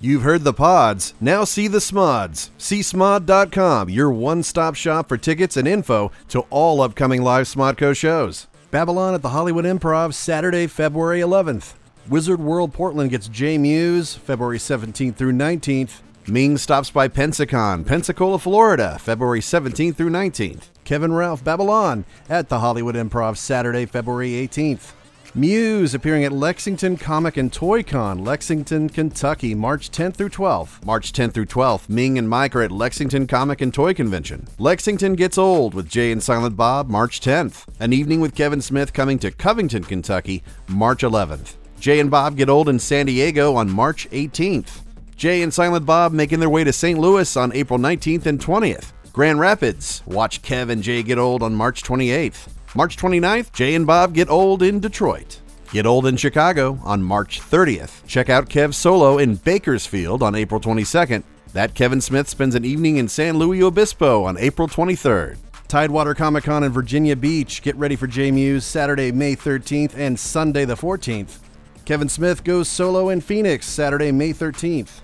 You've heard the pods. Now see the smods. SeaSmod.com, your one stop shop for tickets and info to all upcoming live Smodco shows. Babylon at the Hollywood Improv, Saturday, February 11th. Wizard World Portland gets J Muse, February 17th through 19th. Ming stops by Pensacon, Pensacola, Florida, February 17th through 19th. Kevin Ralph Babylon at the Hollywood Improv, Saturday, February 18th. Muse appearing at Lexington Comic and Toy Con, Lexington, Kentucky, March 10th through 12th. March 10th through 12th, Ming and Mike are at Lexington Comic and Toy Convention. Lexington Gets Old with Jay and Silent Bob, March 10th. An evening with Kevin Smith coming to Covington, Kentucky, March 11th. Jay and Bob Get Old in San Diego on March 18th. Jay and Silent Bob making their way to St. Louis on April 19th and 20th. Grand Rapids, watch Kev and Jay get old on March 28th. March 29th, Jay and Bob get old in Detroit. Get old in Chicago on March 30th. Check out Kev solo in Bakersfield on April 22nd. That Kevin Smith spends an evening in San Luis Obispo on April 23rd. Tidewater Comic Con in Virginia Beach. Get ready for J Muse Saturday, May 13th and Sunday the 14th. Kevin Smith goes solo in Phoenix Saturday, May 13th.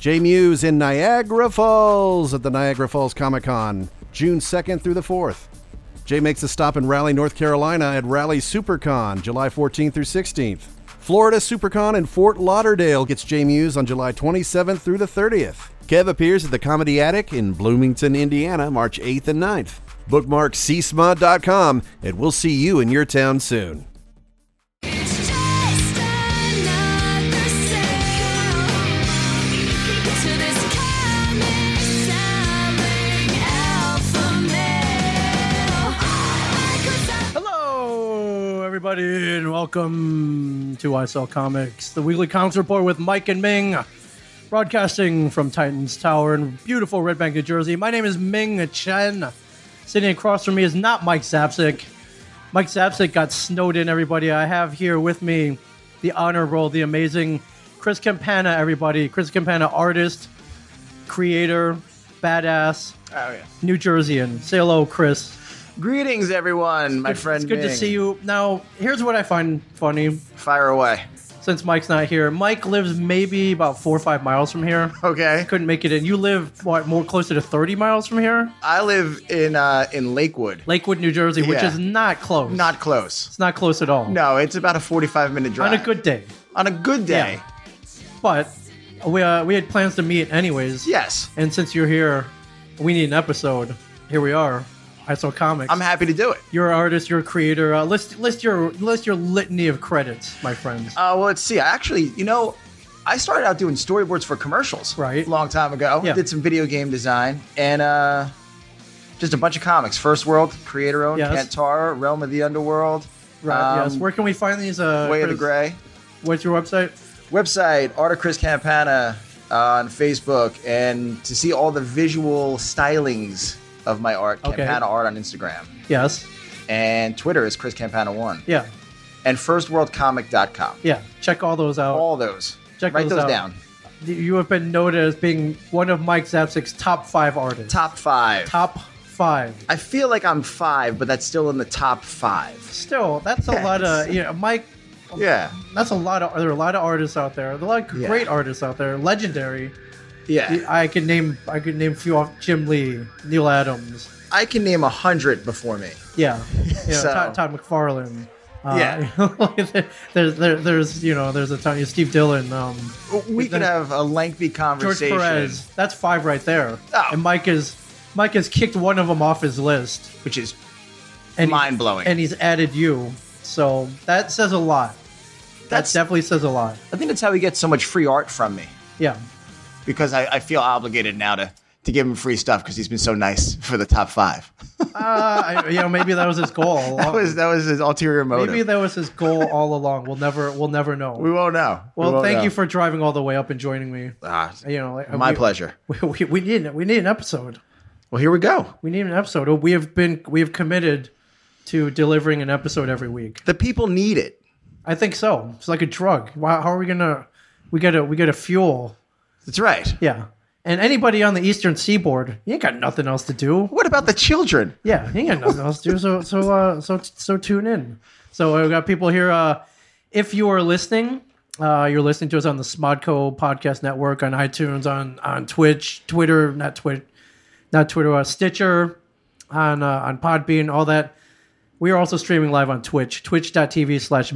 J Muse in Niagara Falls at the Niagara Falls Comic Con, June 2nd through the 4th. Jay makes a stop in Raleigh, North Carolina at Raleigh SuperCon, July 14th through 16th. Florida SuperCon in Fort Lauderdale gets J Muse on July 27th through the 30th. Kev appears at the Comedy Attic in Bloomington, Indiana, March 8th and 9th. Bookmark csmod.com and we'll see you in your town soon. It's just another sale to this comic selling alpha male. I could stop Hello, everybody, and welcome to ISL Comics, the weekly comics report with Mike and Ming, broadcasting from Titans Tower in beautiful Red Bank, New Jersey. My name is Ming Chen. Sitting across from me is not Mike Zapsik. Mike Zapsik got snowed in, everybody. I have here with me the honorable, the amazing Chris Campana, everybody. Chris Campana, artist, creator, badass, Oh yeah. New Jerseyan. Say hello, Chris. Greetings, everyone. My friend. It's good to Ming. see you. Now, here's what I find funny Fire away. since Mike's not here. Mike lives maybe about four or five miles from here. Okay. Couldn't make it in. You live what, more closer to 30 miles from here? I live in uh, in Lakewood. Lakewood, New Jersey, which Yeah. is not close. Not close. It's not close at all. No, it's about a forty-five minute drive. On a good day. On a good day. Yeah. But we, uh, we had plans to meet anyways. Yes. And since you're here, we need an episode. Here we are. I saw comics. I'm happy to do it. You're an artist. You're a creator. Uh, list list your list your litany of credits, my friends. Uh, well, let's see. I actually, you know, I started out doing storyboards for commercials. Right. A long time ago. Yeah. Did some video game design and uh, just a bunch of comics. First World, Creator Owned, Yes. Kantara, Realm of the Underworld, Right. yes. um, Where can we find these? Uh, Way of the Chris? Gray. What's your website? website art of chris campana on facebook and to see all the visual stylings of my art Okay. campana art on instagram Yes. and twitter is chris campana one Yeah. and firstworldcomic.com Yeah. Check all those out. all those Check write those those out. down you have been noted as being one of Mike Zapsik's top five artists. top five Top five. i feel like i'm five but that's still in the top five Still, that's a Yes. lot of you know, Mike. yeah That's a lot of there are a lot of artists out there. There are a lot of Yeah. great artists out there. Legendary. yeah I could name I could name a few off Jim Lee, Neil Adams. i can name a hundred before me Yeah. You know, So- Todd, Todd McFarlane. Uh, Yeah. there's there, there's you know there's a ton. Steve Dillon. Um, we can then- have a lengthy George conversation Perez. That's five right there. Oh. And Mike is Mike has kicked one of them off his list. which is And Mind-blowing. And he's added you. So that says a lot. That's- that definitely says a lot. i think that's how we get so much free art from me Yeah. because I, I feel obligated now to to give him free stuff because he's been so nice for the top five. Uh, I, you know, maybe that was his goal. all That along. was that was his ulterior motive. maybe that was his goal all along. We'll never we'll never know. we won't know. We well, won't thank know. you for driving all the way up and joining me. Ah, You know, like, my we- pleasure. We, we, we need we need an episode. Well, here we go. We need an episode. We have been we have committed to delivering an episode every week. The people need it. I think so. It's like a drug. Why- How are we gonna? We gotta. We gotta fuel. That's right. Yeah. And anybody on the Eastern Seaboard, you ain't got nothing else to do. What about the children? Yeah, you ain't got nothing else to do. So so uh, so so tune in. So I've got people here. Uh, if you uh, are listening Uh, you're listening to us on the Smodco Podcast Network, on iTunes, on on Twitch, Twitter, not Twitch, not Twitter, uh, Stitcher, on uh, on Podbean, all that. We are also streaming live on Twitch, twitch.tv slash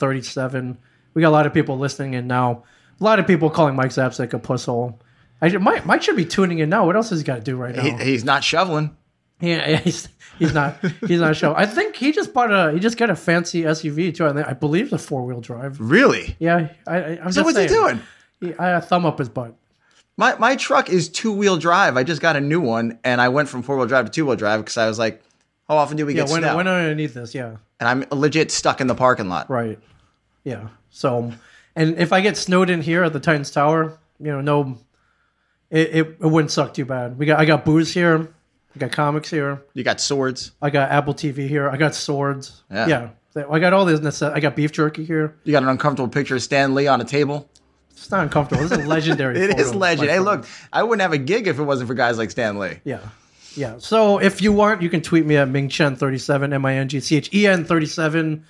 mingchen37. We got a lot of people listening in now. A lot of people calling Mike Zapsik a pusshole. I, should- Mike, Mike should be tuning in now. What else has he got to do right now? He, he's not shoveling. Yeah, yeah, he's he's not he's not show. I think he just bought a he just got a fancy SUV too. I, think, I believe it's a four wheel drive. Really? Yeah, I, I, I'm So just what's saying. he doing? He, I, I thumb up his butt. My my truck is two wheel drive. I just got a new one, and I went from four wheel drive to two wheel drive because I was like, how often do we Yeah, get when snow? when I need this, yeah, and I'm legit stuck in the parking lot. right, yeah. So, and if I get snowed in here at the Titans Tower, you know, no, it, it, it wouldn't suck too bad. We got I got booze here, I got comics here, You got swords. I got Apple TV here, I got swords. Yeah. yeah. I got all these. necess- I got beef jerky here. You got an uncomfortable picture of Stan Lee on a table. It's not uncomfortable. This is a legendary. It photo, is legend. my Hey, friend. look, I wouldn't have a gig if it wasn't for guys like Stan Lee. Yeah. Yeah. So if you want, you can tweet me at Mingchen37, M I N G C H E N 37.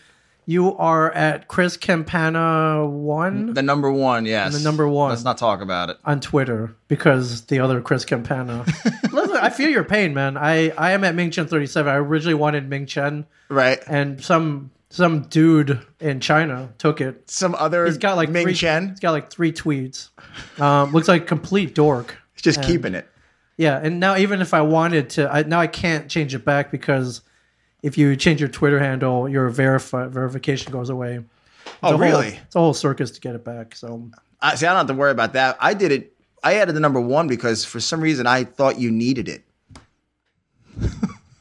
You are at Chris Campana1 The number one, yes. The number one. Let's not talk about it. on Twitter because the other Chris Campana. Listen, I feel your pain, man. I, I am at Mingchen37. I originally wanted Mingchen, Right. and some some dude in China took it. Some other. He's got like Ming three, Chen. He's got like three tweets. Um, looks like a complete dork. He's just keeping it. Yeah, and now even if I wanted to, I, now I can't change it back because if you change your Twitter handle, your verify, verification goes away. It's a Oh, whole- really? it's a whole circus to get it back. So I, see, I don't have to worry about that. I did it. I added the number one because for some reason I thought you needed it.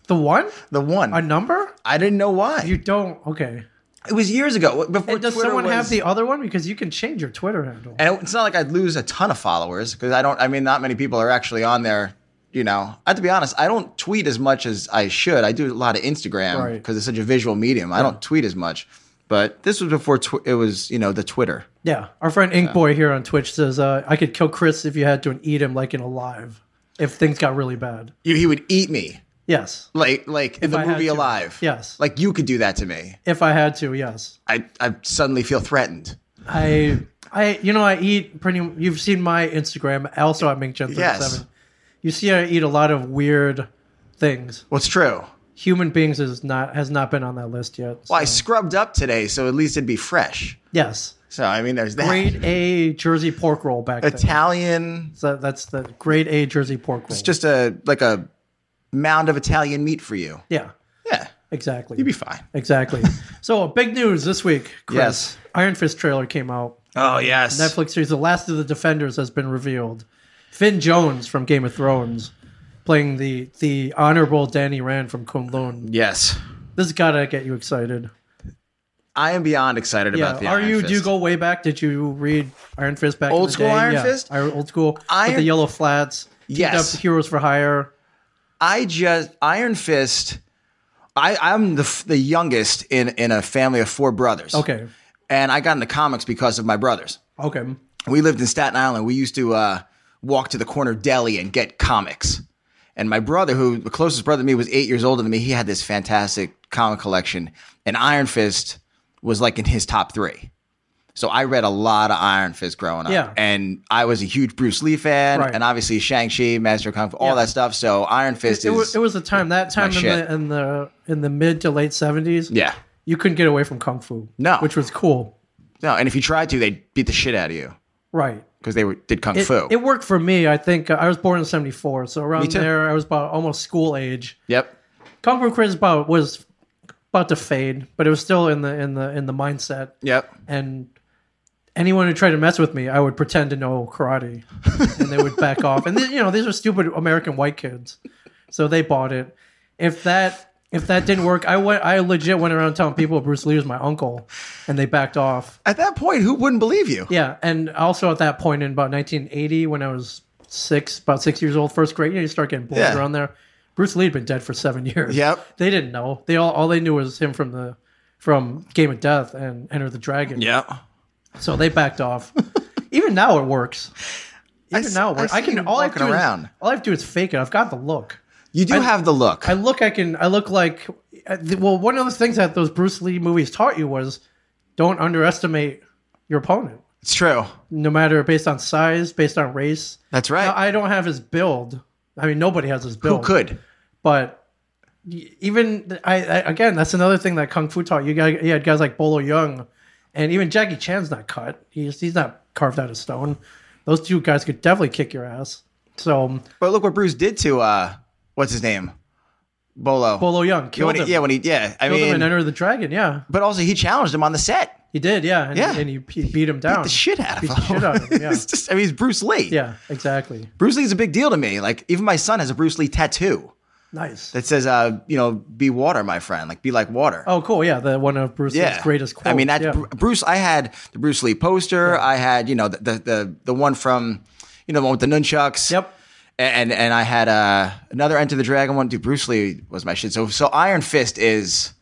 the one, The one. a I, number, didn't know why. you don't. Okay, it was years ago. Before and does Twitter someone have was- the other one because you can change your Twitter handle? And it's not like I'd lose a ton of followers because I don't. I mean, not many people are actually on there. You know, I have to be honest. I don't tweet as much as I should. I do a lot of Instagram Right. because it's such a visual medium. I don't tweet as much. But this was before tw- it was, you know, the Twitter. Yeah, our friend Inkboy here on Twitch says uh, I could kill Chris if you had to and eat him like in Alive if things got really bad. You, he would eat me Yes, like like in the I had movie to. Alive. Yes. like you could do that to me. if I had to, yes. I I suddenly feel threatened. I I you know I eat pretty. You've seen my Instagram also at Minkchen37. Yes. You see I eat a lot of weird things. What's true? Human beings is not has not been on that list yet. Well, I scrubbed up today, so at least it'd be fresh. yes, So I mean, there's that grade A Jersey pork roll back then. Italian. So that's the grade A Jersey pork roll. It's just a like a mound of Italian meat for you. yeah, Yeah. exactly. You'd be fine. Exactly. so big news this week, Chris. Yes. Iron Fist trailer came out. Oh yes. Netflix series The Last of the Defenders has been revealed. Finn Jones from Game of Thrones playing the the honorable Danny Rand from Kunlun. Yes. This has gotta get you excited. I am beyond excited Yeah. about the Are Iron you do you Fist. go way back? Did you read Iron Fist back? in Old the school day? Iron Yeah, Fist? Iron- Old school with Iron- the yellow flats. teamed Yes. up Heroes for Hire. I just Iron Fist. I, I'm the f- the youngest in in a family of four brothers. Okay. And I got into comics because of my brothers. Okay. we lived in Staten Island. We used to uh, walk to the corner deli and get comics. And my brother, who the closest brother to me was eight years older than me, he had this fantastic comic collection. And Iron Fist was like in his top three. So I read a lot of Iron Fist growing up. Yeah. And I was a huge Bruce Lee fan Right. and obviously Shang-Chi, Master of Kung Fu, all Yeah. that stuff. So Iron Fist It is was it was the time that time in shit. the in the in the mid to late seventies. Yeah. You couldn't get away from Kung Fu. No. Which was cool. No, and if you tried to, they beat the shit out of you Right. because they were, did Kung it, Fu. it worked for me. I think uh, I was born in '74, so around too. there I was about almost school age. yep. Kung Fu Chris about was about to fade, but it was still in the in the in the mindset. Yep. And anyone who tried to mess with me, I would pretend to know karate, and they would back off. And th- you know these are stupid American white kids, so they bought it. If that if that didn't work, I went I legit went around telling people Bruce Lee was my uncle, and they backed off. At that point, who wouldn't believe you? Yeah, and also at that point in about 1980, when I was six, about six years old, first grade, you, know, you start getting bored Yeah. around there. Bruce Lee had been dead for seven years. Yep. they didn't know. They all all they knew was him from the from Game of Death and Enter the Dragon. Yep. So they backed off. Even now it works. Even s- now it I works. I, see can you all I have to walking do around. Is, all I have to do is fake it. I've got the look. You do have the look. I look. I can. I look like. uh, I- Well, one of the things that those Bruce Lee movies taught you was don't underestimate your opponent, It's true. no matter based on size, based on race. That's right. Now, I don't have his build. I mean, nobody has his Who build. could? But y- even th- I, I again, that's another thing that kung fu taught you. Guys, you had guys like Bolo Young, and even Jackie Chan's not cut. He's he's not carved out of stone. Those two guys could definitely kick your ass. So um, But look what Bruce did to uh, what's his name, Bolo. Bolo Young Yeah, killed when him. he, yeah, when he, yeah. I killed him mean, in Enter the Dragon. Yeah, but also he challenged him on the set. he did. Yeah, and, Yeah. and he, he beat him down. Beat the shit out of Beat him. the shit out of him, yeah. It's just- I mean, he's Bruce Lee. Yeah, exactly. Bruce Lee's a big deal to me. Like, even my son has a Bruce Lee tattoo Nice. that says, uh, you know, be water, my friend. Like, be like water. oh, cool. Yeah, the one of Bruce Lee's greatest quotes. I mean, that yeah. Bru- Bruce. I had the Bruce Lee poster. I had you know the, the the the one from you know the one with the nunchucks. Yep. And and I had uh, another Enter the Dragon one. Dude, Bruce Lee was my shit. So so Iron Fist is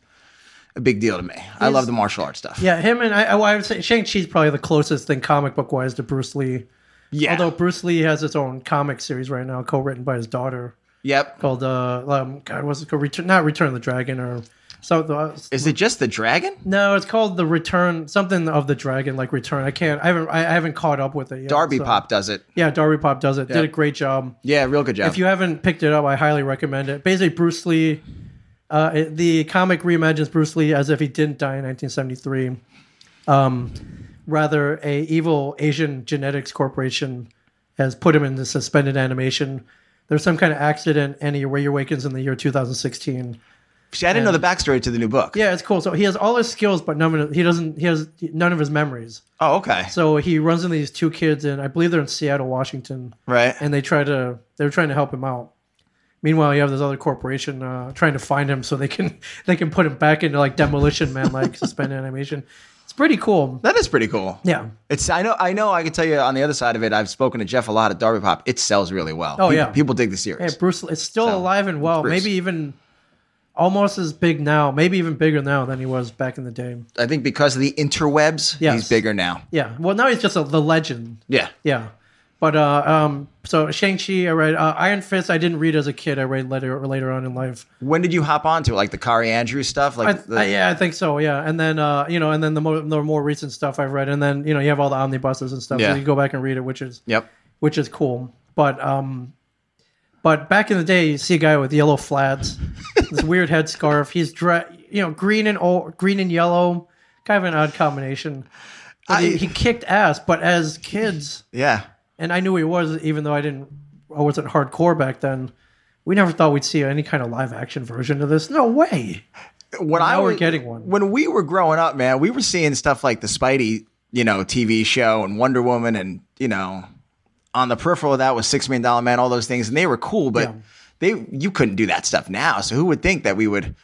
a big deal to me. I love the martial arts stuff. Yeah, him and I. I- I would say Shang Chi's probably the closest thing comic book wise to Bruce Lee. Yeah. Although Bruce Lee has its own comic series right now, co-written by his daughter, yep. called uh, um, God, was it called? Return, not Return of the Dragon or something. uh, Is it just the dragon? no, it's called the Return something of the Dragon, like Return. I can't. I haven't. I, I haven't caught up with it. Yet, Darby so- Pop does it. Yeah, Darby Pop does it. Yeah. Did a great job. Yeah, real good job. If you haven't picked it up, I highly recommend it. Basically, Bruce Lee, uh, it- the comic reimagines Bruce Lee as if he didn't die in 1973. Um, rather, a evil Asian genetics corporation has put him into suspended animation. There's some kind of accident, and he awakens in the year 2016. See, I didn't know the backstory to the new book. Yeah, it's cool. So he has all his skills, but none of he doesn't. He has none of his memories. Oh, okay. So he runs into these two kids, and I believe they're in Seattle, Washington right. and they try to they're trying to help him out. Meanwhile, you have this other corporation uh, trying to find him so they can they can put him back into like demolition man like suspended animation. It's pretty cool. that is pretty cool. Yeah. It's I know I know I can tell you on the other side of it. I've spoken to Jeff a lot at Darby Pop. It sells really well. Oh, Pe- yeah. people dig the series. Hey, Bruce it's still So, alive and well. Bruce. Maybe even almost as big now. Maybe even bigger now than he was back in the day. I think because of the interwebs, Yes. he's bigger now. Yeah. Well, now he's just a, the legend. Yeah. Yeah. But uh, um, so Shang Chi, I read uh, Iron Fist. I didn't read as a kid. I read later later on in life. When did you hop onto it? Like the Kari Andrews stuff? Like I, the, I- yeah, I think so. Yeah, and then uh, you know, and then the more the more recent stuff I've read, and then you know, you have all the omnibuses and stuff, Yeah. so you can go back and read it, which is Yep. which is cool. But um, but back in the day, you see a guy with yellow flats, this weird headscarf. He's dre- you know, green and old, green and yellow, kind of an odd combination. But I- he, he kicked ass, but as kids, Yeah. and I knew he was, even though I didn't, I wasn't hardcore back then. We never thought we'd see any kind of live action version of this. No way. When I Now we're was- getting one. When we were growing up, man, we were seeing stuff like the Spidey, you know, TV show and Wonder Woman and, you know, on the peripheral of that was Six Million Dollar Man, all those things, and they were cool, but Yeah. they you couldn't do that stuff now. So who would think that we would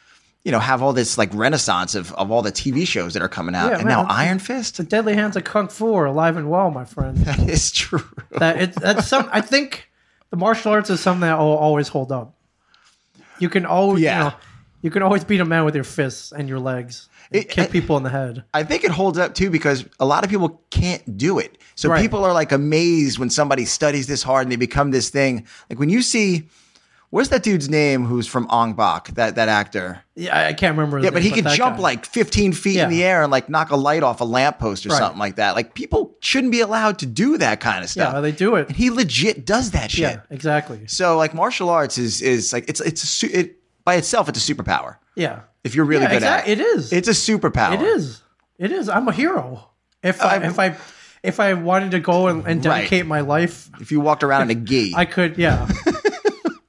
you know, have all this like renaissance of, of all the TV shows that are coming out. Yeah, and man, now that's- Iron Fist The Deadly Hands of Kung Fu are alive and well, my friend. is true. That it's that's some. I think the martial arts is something that will always hold up. You can always, Yeah. you know, you can always beat a man with your fists and your legs, and It- kick I- people in the head. I think it holds up too because a lot of people can't do it. So Right. people are like amazed when somebody studies this hard and they become this thing. Like when you see, what's that dude's name who's from Ong Bak, that, that actor? Yeah, I, I can't remember. his Yeah, but name, he could that jump guy. like 15 feet Yeah. in the air and like knock a light off a lamppost or Right. something like that. Like people shouldn't be allowed to do that kind of stuff. Yeah, they do it. and he legit does that shit. Yeah, exactly. So like martial arts is is like it's it's a, su- it by itself it's a superpower. Yeah, If you're really Yeah, good exact- at it is. It's a superpower. it is. It is. I'm a hero. If I, I- if I if I wanted to go and, and Right. dedicate my life, If you walked around in a gi, I could. Yeah.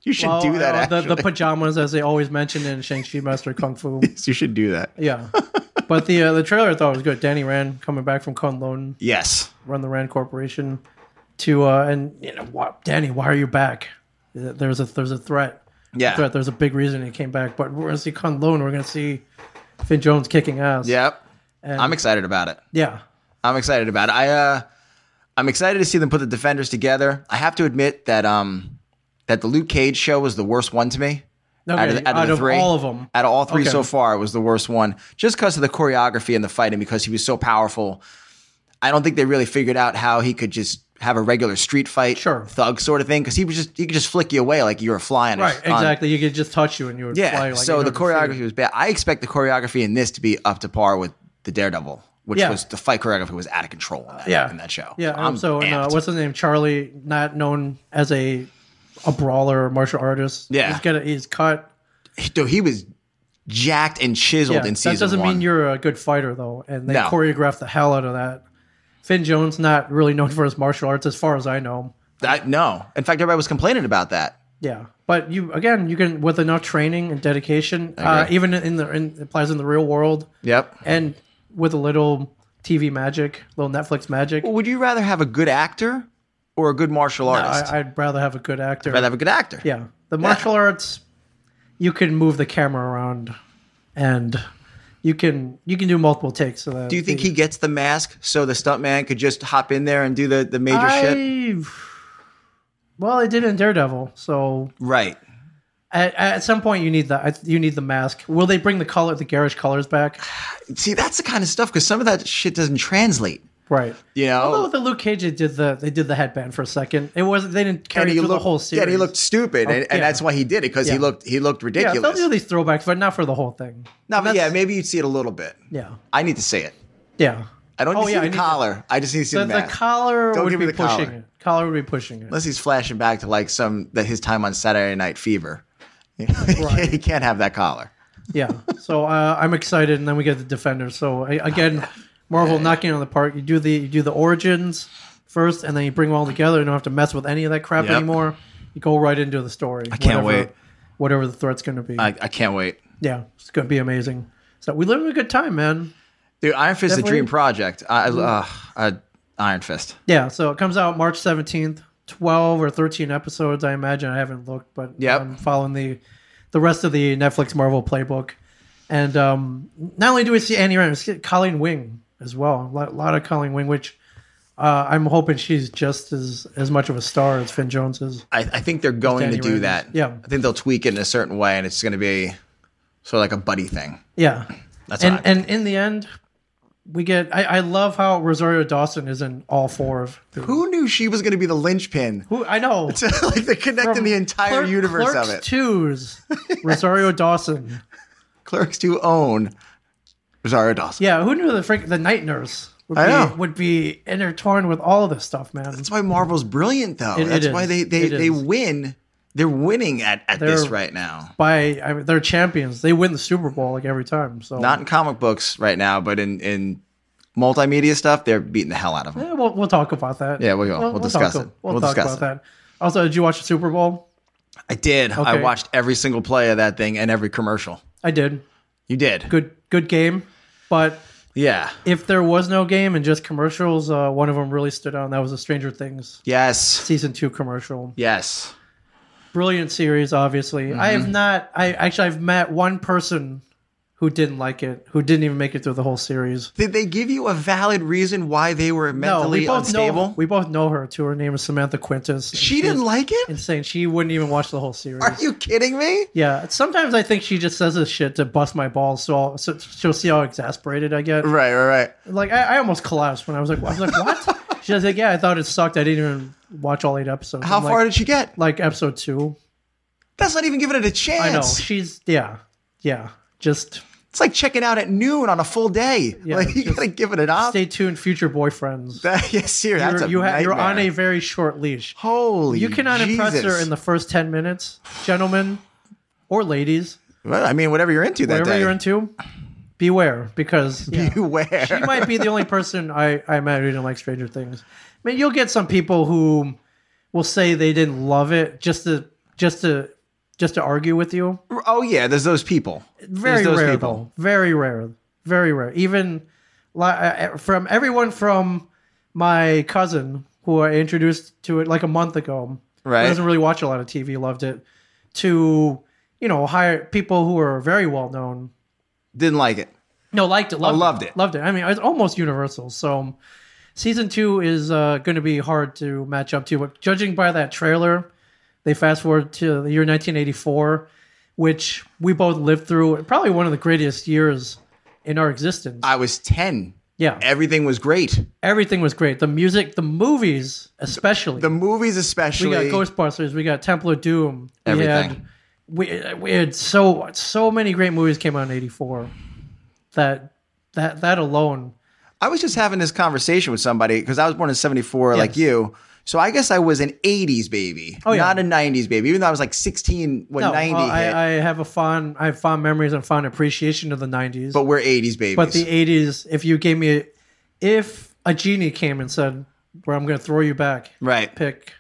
you should Well, do that. uh, actually. the, the pajamas, as they always mention in Shang Chi Master of Kung Fu. You should do that. Yeah. But the uh, the trailer I thought was good. Danny Rand coming back from Kunlun, Yes. run the Rand Corporation, to uh, and you know, why, Danny, why are you back? There's a there's a threat. Yeah. Threat. There's a big reason he came back. But we're gonna see Kunlun. We're gonna see Finn Jones kicking ass. Yep. And- I'm excited about it. Yeah. I'm excited about it. I uh I'm excited to see them put the defenders together. I have to admit that um that the Luke Cage show was the worst one to me. Okay, out of, the- out of the three, all of them. out of all three Okay. so far, it was the worst one, just because of the choreography and the fight, and because he was so powerful. I don't think they really figured out how he could just have a regular street fight, Sure. thug sort of thing, because he was just he could just flick you away like you were flying. Right. on- Exactly. You could just touch you and you would Yeah. fly. Like so 800 the feet. choreography was bad. I expect the choreography in this to be up to par with the Daredevil which Yeah. was the fight choreography was out of control in that, Yeah. in that show. Yeah. I'm um, so, and, uh, amped. what's his name? Charlie, not known as a a brawler or martial artist. Yeah. He's, got a, he's cut. He- dude, he was jacked and Yeah, chiseled in that season doesn't one. mean you're a good fighter, though. And they No. choreographed the hell out of that. Finn Jones, not really known for his martial arts, as far as I know. I- no, in fact, everybody was complaining about that. Yeah, but you again, you can with enough training and dedication, uh, agree. even in the in, it applies in the real world, Yep. and with a little TV magic, little Netflix magic. Would you rather have a good actor or a good martial artist? I, I'd rather have a good actor. rather have a good actor. yeah, the martial arts, you can move the camera around, and you can you can do multiple takes. So that Do you think the- he gets the mask so the stuntman could just hop in there and do the, the major shit? I, well, it did in Daredevil, so Right. at, at some point you need that. You need the mask. Will they bring the color, the garish colors back? See, that's the kind of stuff because some of that shit doesn't translate. Right. You know, Although with the Luke Cage, they did the they did the headband for a second. It wasn't they didn't carry and it he through looked the whole yeah, series. Oh, and he looked stupid, and, yeah. and that's why he did it because he Yeah. looked he looked yeah. They'll ridiculous. do these throwbacks, but not for the whole thing. no, but That's- yeah, maybe you'd see it a little bit. Yeah, I need to see it. yeah. I don't need Oh, to yeah, I see need the to- collar. I just need to see The, the, the mask. collar Don't would give me be the pushing collar. it. Collar would be pushing it. Unless he's flashing back to like some that his time on Saturday Night Fever. he can't have that collar. yeah. So uh, I'm excited, and then we get the Defenders. So I, again, Marvel knocking it on the park. You do the you do the origins first, and then you bring them all together. You don't have to mess with any of that crap Yep. anymore. You go right into the story. I can't wait. Whatever the threat's going to be. I, I can't wait. yeah, it's going to be amazing. So we live in a good time, man. Dude, Iron Fist is a Definitely. Mm-hmm. dream project. I, uh, I, Iron Fist. Yeah, so it comes out March 17th, 12 or 13 episodes, I imagine. I haven't looked, but Yep. I'm following the the rest of the Netflix Marvel playbook. And um, not only do we see Annie Rand, we see Colleen Wing as well. A lot, lot of Colleen Wing, which uh, I'm hoping she's just as, as much of a star as Finn Jones is. I, I think they're going to Danny do Rand. that. Yeah. I think they'll tweak it in a certain way, and it's going to be sort of like a buddy thing. Yeah. That's and what I- and in the end, we get. I, I love how Rosario Dawson is in all four of. the- Who knew she was going to be the linchpin? Who I know. like they're connecting the entire Clerk- universe Clerks of it. Twos, Rosario Dawson. Clerks to own Rosario Dawson. Yeah, who knew the freak the night nurse would be, I know. would be intertwined with all of this stuff, man. That's why Marvel's brilliant, though. It- it That's is. why they they, It they is. win. They're winning at, at this They're- right now. By I mean, they're champions. They win the Super Bowl like every time. So Not in comic books right now, but in in multimedia stuff, they're beating the hell out of them. Eh, we'll, we'll talk about that. Yeah, we will. We'll discuss talk, it. We'll, We'll talk discuss about that. Also, did you watch the Super Bowl? I did. I Okay. watched every single play of that thing and every commercial. I did. You did. Good good game. But Yeah. if there was no game and just commercials, uh, one of them really stood out. And that was the Stranger Things Yes. season two commercial. Yes. brilliant series obviously i Mm-hmm. have not i actually i've met one person who didn't like it who didn't even make it through the whole series Did they give you a valid reason why they were mentally unstable? know we both know her too her name is samantha quintus and she didn't she's like it? insane she wouldn't even watch the whole series Are you kidding me? yeah sometimes i think she just says this shit to bust my balls so, I'll, so she'll see how exasperated i get Right, right, right. like I, I almost collapsed when i was like i was like what she was like yeah i thought it sucked i didn't even watch all eight episodes How I'm far like, did she get? like episode two That's not even giving it a i know chance. she's yeah yeah just It's like checking out at noon on a full day. Yeah, like you just gotta give it an op. stay tuned, future boyfriends. That, yes, here, that's you're, a you ha- you're nightmare. on a very short leash. holy. You cannot impress her in the first ten minutes, gentlemen or ladies, Well, I mean, whatever you're into that whatever day. you're into. Beware, because yeah, Beware. she might be the only person I I met who didn't like Stranger Things. I mean, you'll get some people who will say they didn't love it just to just to just to argue with you. oh yeah, there's those people. very there's those rare people. though. Very rare. Very rare. Even li- uh, from everyone from my cousin who I introduced to it like a month ago. who Right. Doesn't really watch a lot of TV. Loved it. To you know, hire people who are very well known. Didn't like it. No, liked it. Loved, Oh, loved it. Loved it. I mean, it's almost universal. So um, season two is uh, going to be hard to match up to. But judging by that trailer, they fast forward to the year 1984, which we both lived through. Probably one of the greatest years in our existence. I was ten. yeah, Everything was great. everything was great. The music, the movies, especially. The movies, we especially. got Ghostbusters. We got Temple of Doom. we Everything. had- We we had so so many great movies came out in '84. That that that alone I was just having this conversation with somebody because I was born in 74 Yes. like you. So I guess I was an 80s baby, Oh, yeah. not a 90s baby, even though I was like 16 when No, 90 uh, hit. I, I have a fond, I have fond memories and fond appreciation of the '90s. but we're 80s babies. But the '80s, if you gave me, a, if a genie came and said, "Where I'm going to throw you back," right. pick,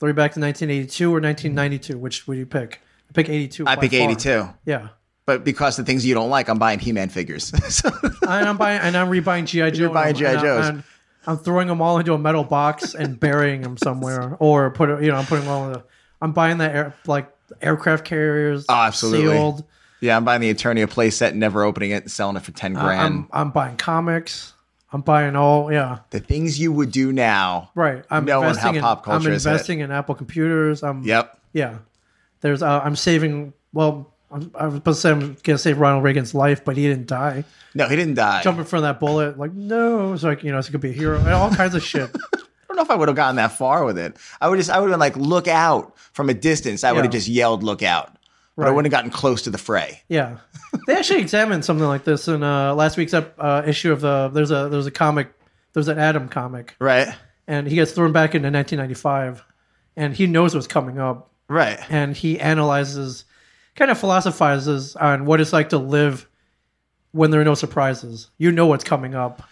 throw you back to 1982 or 1992, which would you pick? I pick 82. I by pick far. 82. Yeah, But because the things you don't like, I'm buying He-Man figures. so, and I'm buying, and I'm rebuying GI Joe. buying and G.I. I'm- and Joes. I'm- I'm throwing them all into a metal box and burying them somewhere, or put you know I'm putting all the. I'm buying the air, like aircraft carriers. Oh, absolutely. Sealed. yeah, I'm buying the Eternia play set and never opening it and selling it for Uh, 10 grand. I'm I'm buying comics. I'm buying all yeah. the things you would do now. Right. I'm Knowing investing how in pop culture I'm is hit. investing in Apple computers. I'm Yep. Yeah. There's uh, I'm saving well I'm, I was about to say I'm gonna save Ronald Reagan's life, but he didn't die. No, he didn't die. Jumping from that bullet, like no, so like you know, so he could be a hero and all kinds of shit. I don't know if I would have gotten that far with it. I would just, I would have been like, look out from a distance. I would Yeah. have just yelled, look out. But I Right. wouldn't have gotten close to the fray. Yeah, they actually examined something like this in uh, last week's ep- uh, issue of the. There's a there's a comic. There's an Adam comic, Right. and he gets thrown back into 1995, and he knows what's coming up, Right. and he analyzes, kind of philosophizes on what it's like to live when there are no surprises. You know what's coming up.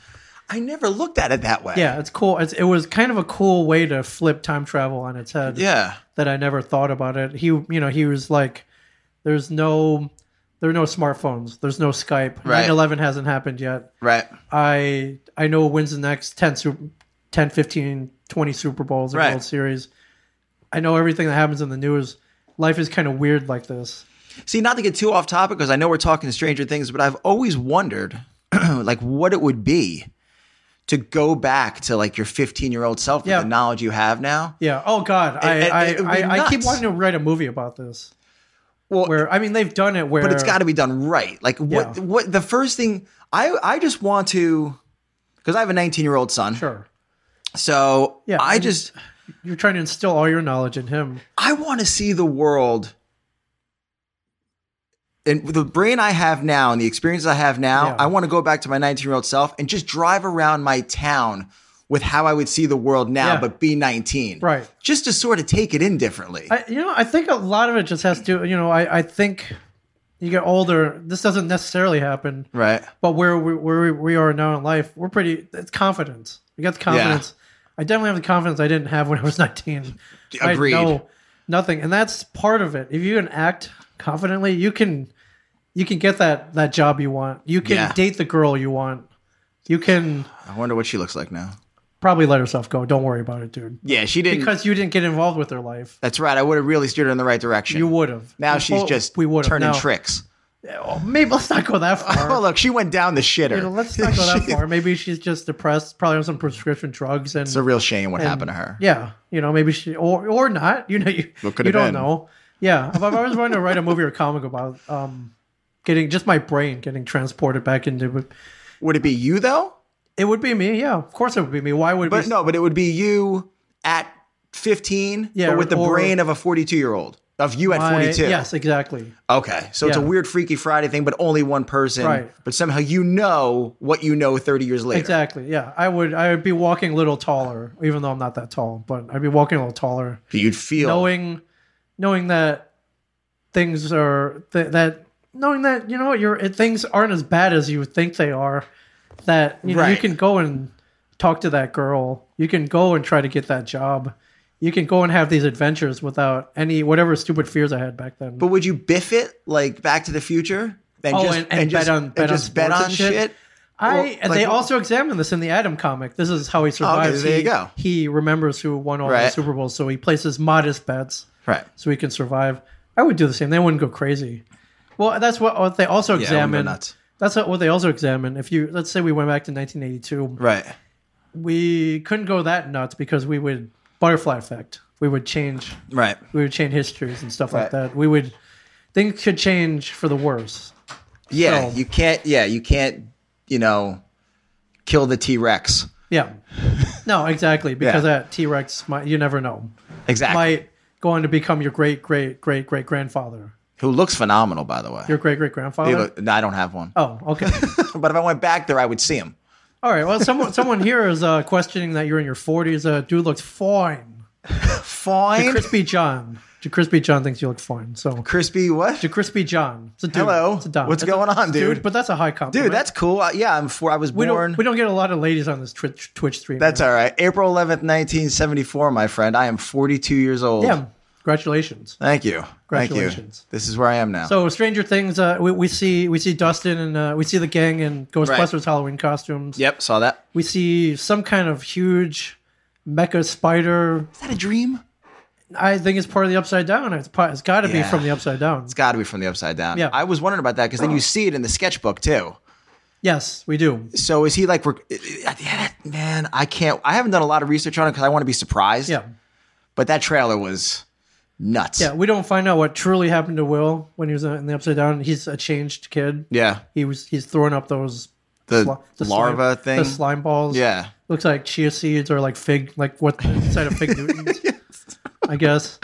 I never looked at it that way. Yeah, it's cool. It's, it was kind of a cool way to flip time travel on its head. Yeah. that I never thought about it. He, you know, he was like, "There's no, there are no smartphones. There's no Skype. Right. 9/11 hasn't happened yet. Right. I, I know when's the next 10, Sup- 10 15, 20 Super Bowls and Right. World Series. I know everything that happens in the news. Life is kind of weird like this. See, not to get too off topic because I know we're talking Stranger Things, but I've always wondered, like, what it would be to go back to like your 15 year old self with Yeah. the knowledge you have now. Yeah. Oh God. I, It- it- I, it would be I, I keep nuts. wanting to write a movie about this. Well, Where I mean, they've done it. Where but it's got to be done right. Like, what? Yeah. What? The first thing I I just want to, because I have a 19 year old son. sure. So Yeah, I and- just You're trying to instill all your knowledge in him. I want to see the world. And the brain I have now and the experience I have now, Yeah. I want to go back to my 19 year old self and just drive around my town with how I would see the world now, Yeah. but be 19. Right. Just to sort of take it in differently. I, you know, I think a lot of it just has to, you know, I, I think you get older. This doesn't necessarily happen, right. but where we, where we are now in life, we're pretty, it's confidence. We got the confidence. I definitely have the confidence I didn't have when I was 19. Agreed. I know nothing. And that's part of it. If you can act confidently, you can, you can get that, that job you want. You can Yeah. date the girl you want. You can I wonder what she looks like now. probably let herself go. Don't worry about it, dude. Yeah, she didn't. Because you didn't get involved with her life. that's right. I would have really steered her in the right direction. You would have. now she's just we would've. turning No. tricks. Oh, Maybe let's not go that Oh, far. look, she went down the shitter. You know, let's not go that She- far. Maybe she's just depressed, probably on some prescription drugs, and It's a real shame what happened to her. yeah, you know, maybe she or or not. You know, you, you What could don't have been. know. Yeah, I've I've always wanted to write a movie or comic about um, getting just my brain getting transported back into. Would it be you, though? It would be me. Yeah, of course it would be me. Why would it But be? no, but it would be you at 15, Yeah, but with the or- brain of a 42 year old, of you at my- 42. Yes, exactly. Okay. So it's a Yeah. weird Freaky Friday thing, but only one person. Right. But somehow you know what you know 30 years later. Exactly. Yeah, I would. I would be walking a little taller, even though I'm not that tall. But I'd be walking a little taller. You'd feel. knowing knowing that things are th- that knowing that you know your things aren't as bad as you think they are that you know you Right. can go and talk to that girl you can go and try to get that job you can go and have these adventures without any whatever stupid fears i had back then but would you biff it like Back to the Future? And Oh, and- and bet on- bet on just bet sports on and shit? I well, and like- they also examine this in the Adam comic. This is how he survives. there you he, go. he remembers who won all the Right. Super Bowls, so he places modest bets. Right. so we can survive. I would do the same. They wouldn't go crazy. Well, that's what, what they also Yeah, I wouldn't go examine. nuts. that's what, what they also examine. If you let's say we went back to 1982, Right. we couldn't go that nuts because we would butterfly effect. We would change. Right. We would change histories and stuff like Right. that. We would things could change for the worse. Yeah. So- You can't, yeah, you can't, you know, kill the T Rex. Yeah. No, exactly. Because Yeah. that T Rex might you never know Exactly. might go on to become your great great great great grandfather. Who looks phenomenal, by the way. Your great great He grandfather. look- no, I don't have one. Oh, okay. but if I went back there, I would see him. All right. Well, someone someone here is uh, questioning that you're in your 40s. Uh, dude looked fine. Fine. Crispy John. To Crispy John thinks you look fine. So Crispy what? to Crispy John. It's a dude. Hello. It's a Don. What's It's a- going on, it's a dude? But that's a high compliment. Dude, that's cool. Uh, yeah, I'm four. I was we born. don't we don't get a lot of ladies on this Twitch Twitch stream. That's all right. April 11th, 1974, my friend. I am 42 years old. Damn. Congratulations. Thank you. Thank Congratulations. you. This is where I am now. So Stranger Things, uh, we, we see we see Dustin and uh, we see the gang in Ghostbusters Halloween costumes. yep, saw that. We see some kind of huge mecha spider. Is that a dream? I think it's part of the Upside Down. It's, part, it's got to be Yeah. from the Upside Down. It's got to be from the upside down. Yeah. Oh. I was wondering about that because then you see it in the sketchbook too. Yes, we do. So is he like, rec- uh, yeah, that- man, I can't, I haven't done a lot of research on it because I want to be surprised. Yeah. But that trailer was nuts. Yeah, we don't find out what truly happened to Will when he was in the Upside Down. He's a changed kid. Yeah. He was he's throwing up those The, sli- the larva slime, thing. the slime balls. Yeah. looks like chia seeds or like fig, like what inside of fig Newtons, I guess.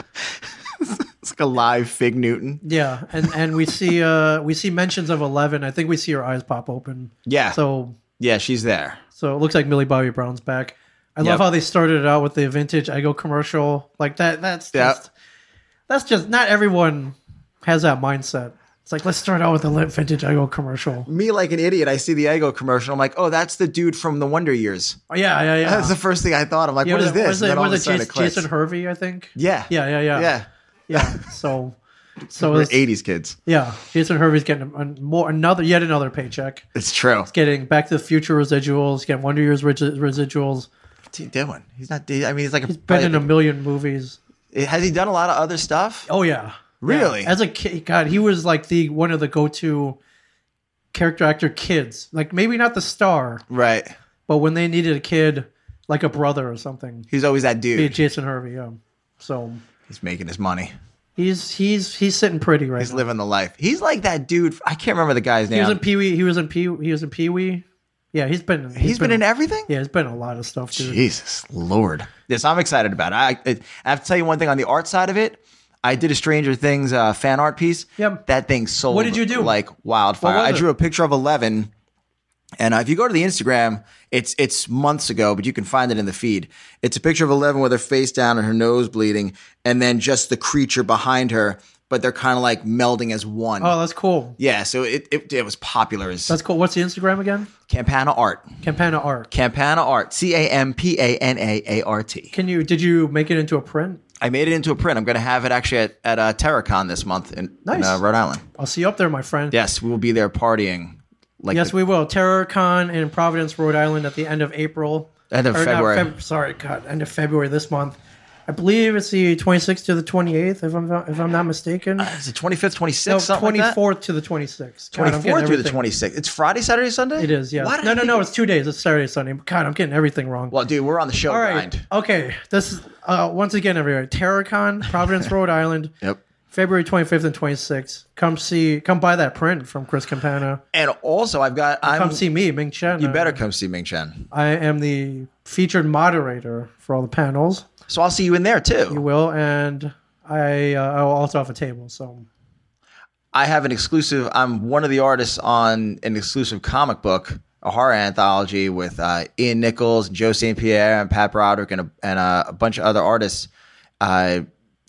It's like a live Fig Newton. Yeah, and and we see uh we see mentions of Eleven. I think we see her eyes pop open. Yeah. So yeah, she's there. so it looks like Millie Bobby Brown's back. I love Yep. how they started it out with the vintage Ego commercial. Like that. That's Yeah. just that's just not everyone has that mindset. It's like let's start out with the vintage Ego commercial. Me, like an idiot, I see the Ego commercial. I'm like, oh, that's the dude from the Wonder Years. Oh, yeah, yeah, yeah. That's the first thing I thought. I'm like, yeah, what was is it- this? Was it, And then all was of a it sudden Jas- it clicks. Jason Hervey? I think. Yeah. Yeah, yeah, yeah. Yeah. yeah. So, so We're it's, 80s kids. yeah, Jason Hervey's getting an- more another yet another paycheck. It's true. Getting Back to the Future residuals, getting Wonder Years res- residuals. What's he doing? He's not. I mean, he's like. He's been in a million movies. has he done a lot of other stuff? Oh yeah, Really? Yeah. As a kid, God, he was like the one of the go-to character actor kids. Like maybe not the star, Right. but when they needed a kid, like a brother or something, He's always that be dude. Jason Hervey. Yeah. So He's making his money. he's he's he's sitting pretty right He's now. living the life. He's like that dude. I can't remember the guy's He name. was in Pee Wee. He was in Pee. He was in Pee Wee. Yeah, he's been. he's been in everything. Yeah, it's been a lot of stuff, dude. Jesus Lord. Yes, I'm excited about it. I, it. I have to tell you one thing on the art side of it. I did a Stranger Things uh, fan art piece. Yep. That thing sold. What did you do? Like wildfire. What was I it? drew a picture of Eleven, and uh, if you go to the Instagram, it's it's months ago, but you can find it in the feed. It's a picture of Eleven with her face down and her nose bleeding, and then just the creature behind her. But they're kind of like melding as one. Oh, that's cool. Yeah, so it, it, it was popular as That's cool. What's the Instagram again? Campana Art. Campana Art. Campana Art. C A M P A N A A R T. Can you? Did you make it into a print? I made it into a print. I'm going to have it actually at, at uh, TerraCon this month in, in, Nice. uh, Rhode Island. I'll see you up there, my friend. Yes, we will be there partying. Like Yes, the- we will. TerrorCon in Providence, Rhode Island, at the end of April. End of Or not February. Feb- sorry, God, end of February this month. I believe it's the 26th to the 28th, if I'm not, if I'm not mistaken. Is it 25th, 26th, no, Uh, something 24th 24th, to the 26th. God, like I'm that? getting 24th through the everything. 26th. It's Friday, Saturday, Sunday? It is, yeah. Why did No, I no, think no. it- It's two days. It's Saturday, Sunday. God, I'm getting everything wrong. Well, dude, we're on the show All right. grind. Okay. This is uh, once again everywhere. TerraCon, Providence, Rhode Island, Yep. February 25th and 26th. Come see, come buy that print from Chris Campana. And also, I've got. I'm, Come see me, Ming Chen. Um, Uh, You better come see Ming Chen. I am the featured moderator for all the panels. So I'll see you in there You too. will, and I uh, I will also have a table. So I have an exclusive. I'm one of the artists on an exclusive comic book, a horror anthology with uh, Ian Nichols, and Joe St. Pierre, and Pat Broderick, and a, and a, a bunch of other artists. Uh,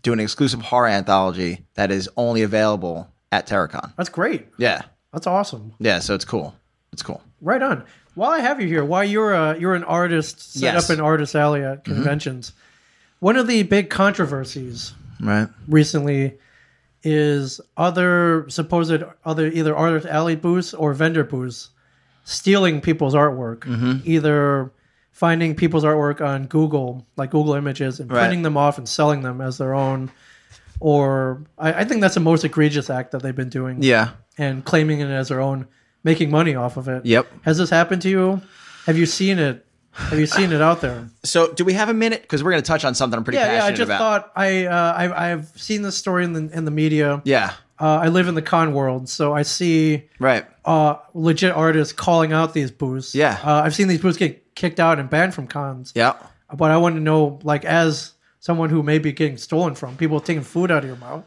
do an exclusive horror anthology that is only available at Terracon. that's great. Yeah, That's awesome. yeah. So it's cool. It's cool. Right on. While I have you here, while you're a, you're an artist set Yes. up in Artist Alley at conventions, one of the big controversies Right. recently is other supposed other either artist alley booths or vendor booths stealing people's artwork, Mm-hmm. either finding people's artwork on Google, like Google Images, and Right. printing them off and selling them as their own. Or I, I think that's the most egregious act that they've been doing, Yeah. and claiming it as their own, making money off of it. Yep. Has this happened to you? Have you seen it? Have you seen it out there? So do we have a minute? Because we're going to touch on something I'm pretty Yeah, passionate yeah. I just about. thought I, uh, I I've seen this story in the in the media. yeah. Uh, I live in the con world, so I see Right. uh, legit artists calling out these booths. Yeah. uh, I've seen these booths get kicked out and banned from cons. Yeah. but I want to know, like, as someone who may be getting stolen from, people taking food out of your mouth,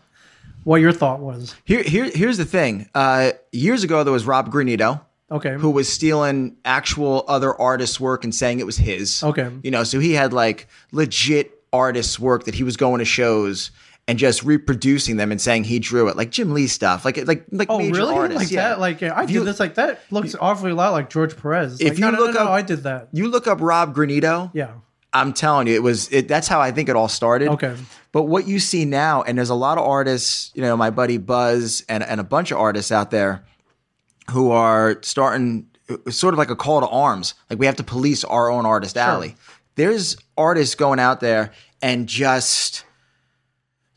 what your thought was. Here, here, here's the thing. Uh, years ago, there was Rob Granito. Okay. who was stealing actual other artists' work and saying it was his. Okay. You know, so he had like legit artists' work that he was going to shows and just reproducing them and saying he drew it, like Jim Lee stuff, like like like Oh, major really? artists. like yeah. that? Like yeah, I If did you- this. Like that looks awfully a lot like George Perez. It's If like, you no, no, no, look no, up- I did that. you look up Rob Granito. Yeah. I'm telling you, it was it. That's how I think it all started. Okay. But what you see now, and there's a lot of artists, you know, my buddy Buzz and, and a bunch of artists out there who are starting it's sort of like a call to arms. Like we have to police our own artist alley. There's artists going out there and just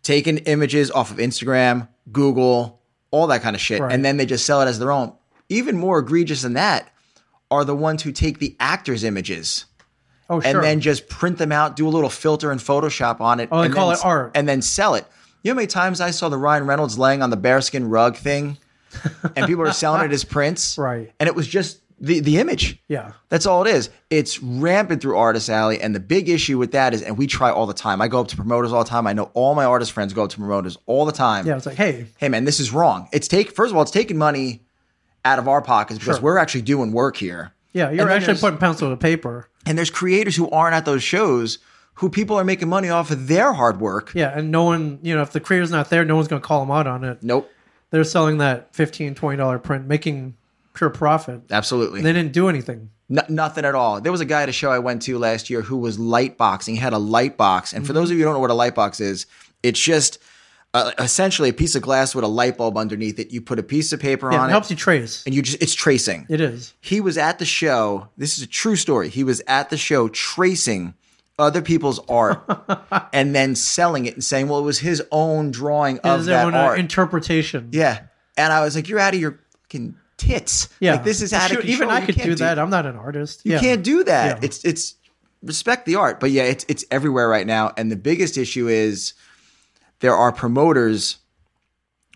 taking images off of Instagram, Google, all that kind of shit. Right. And then they just sell it as their own. Even more egregious than that are the ones who take the actors' images Oh, and sure. then just print them out, do a little filter and Photoshop on it. Oh, they and call then, it art. And then sell it. You know how many times I saw the Ryan Reynolds laying on the bearskin rug thing and people are selling it as prints? Right. And it was just the, the image. Yeah. That's all it is. It's rampant through Artist Alley. And the big issue with that is, and we try all the time. I go up to promoters all the time. I know all my artist friends go up to promoters all the time. yeah, it's like, hey, Hey, man, this is wrong. It's take, first of all, it's taking money out of our pockets because Sure. we're actually doing work here. yeah, then you're actually there's- putting pencil to paper. And there's creators who aren't at those shows who people are making money off of their hard work. Yeah, and no one, you know, if the creator's not there, no one's going to call them out on it. Nope. They're selling that $15, $20 print, making pure profit. Absolutely. And they didn't do anything. No- nothing at all. There was a guy at a show I went to last year who was light boxing. He had a light box. And for Mm-hmm. those of you who don't know what a light box is, it's just uh, essentially a piece of glass with a light bulb underneath it. You put a piece of paper Yeah, on it it, helps you trace. and you just it's tracing. It is. he was at the show. This is a true story. He was at the show tracing other people's art and then selling it and saying, "Well, it was his own drawing It of is their that own uh, art." interpretation. Yeah. And I was like, you're out of your fucking tits. Yeah. Like, this is out Shoot, of control. Even I You could can't do that. I'm not an artist. You yeah. can't do that. Yeah. It's it's respect the art. But yeah, it's it's everywhere right now. And the biggest issue is there are promoters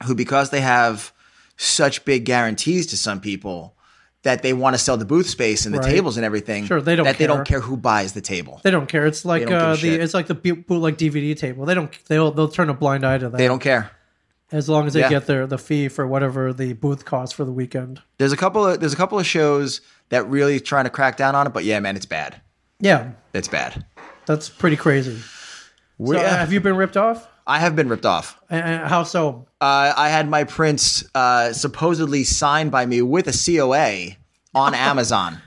who, because they have such big guarantees to some people, that they want to sell the booth space and the Right. tables and everything. Sure, they don't that they don't care. care who buys the table. They don't care. It's like don't give a uh, the shit. it's like the bu- bootleg DVD table. They don't they'll they'll turn a blind eye to that They don't care. as long as they Yeah. get their the fee for whatever the booth costs for the weekend. There's a couple of there's a couple of shows that really trying to crack down on it, but yeah, man, it's bad. Yeah, It's bad. that's pretty crazy. So, We- uh, have you been ripped off? I have been ripped off. Uh, Uh, how so? uh, I had my prints uh, supposedly signed by me with a COA on Amazon.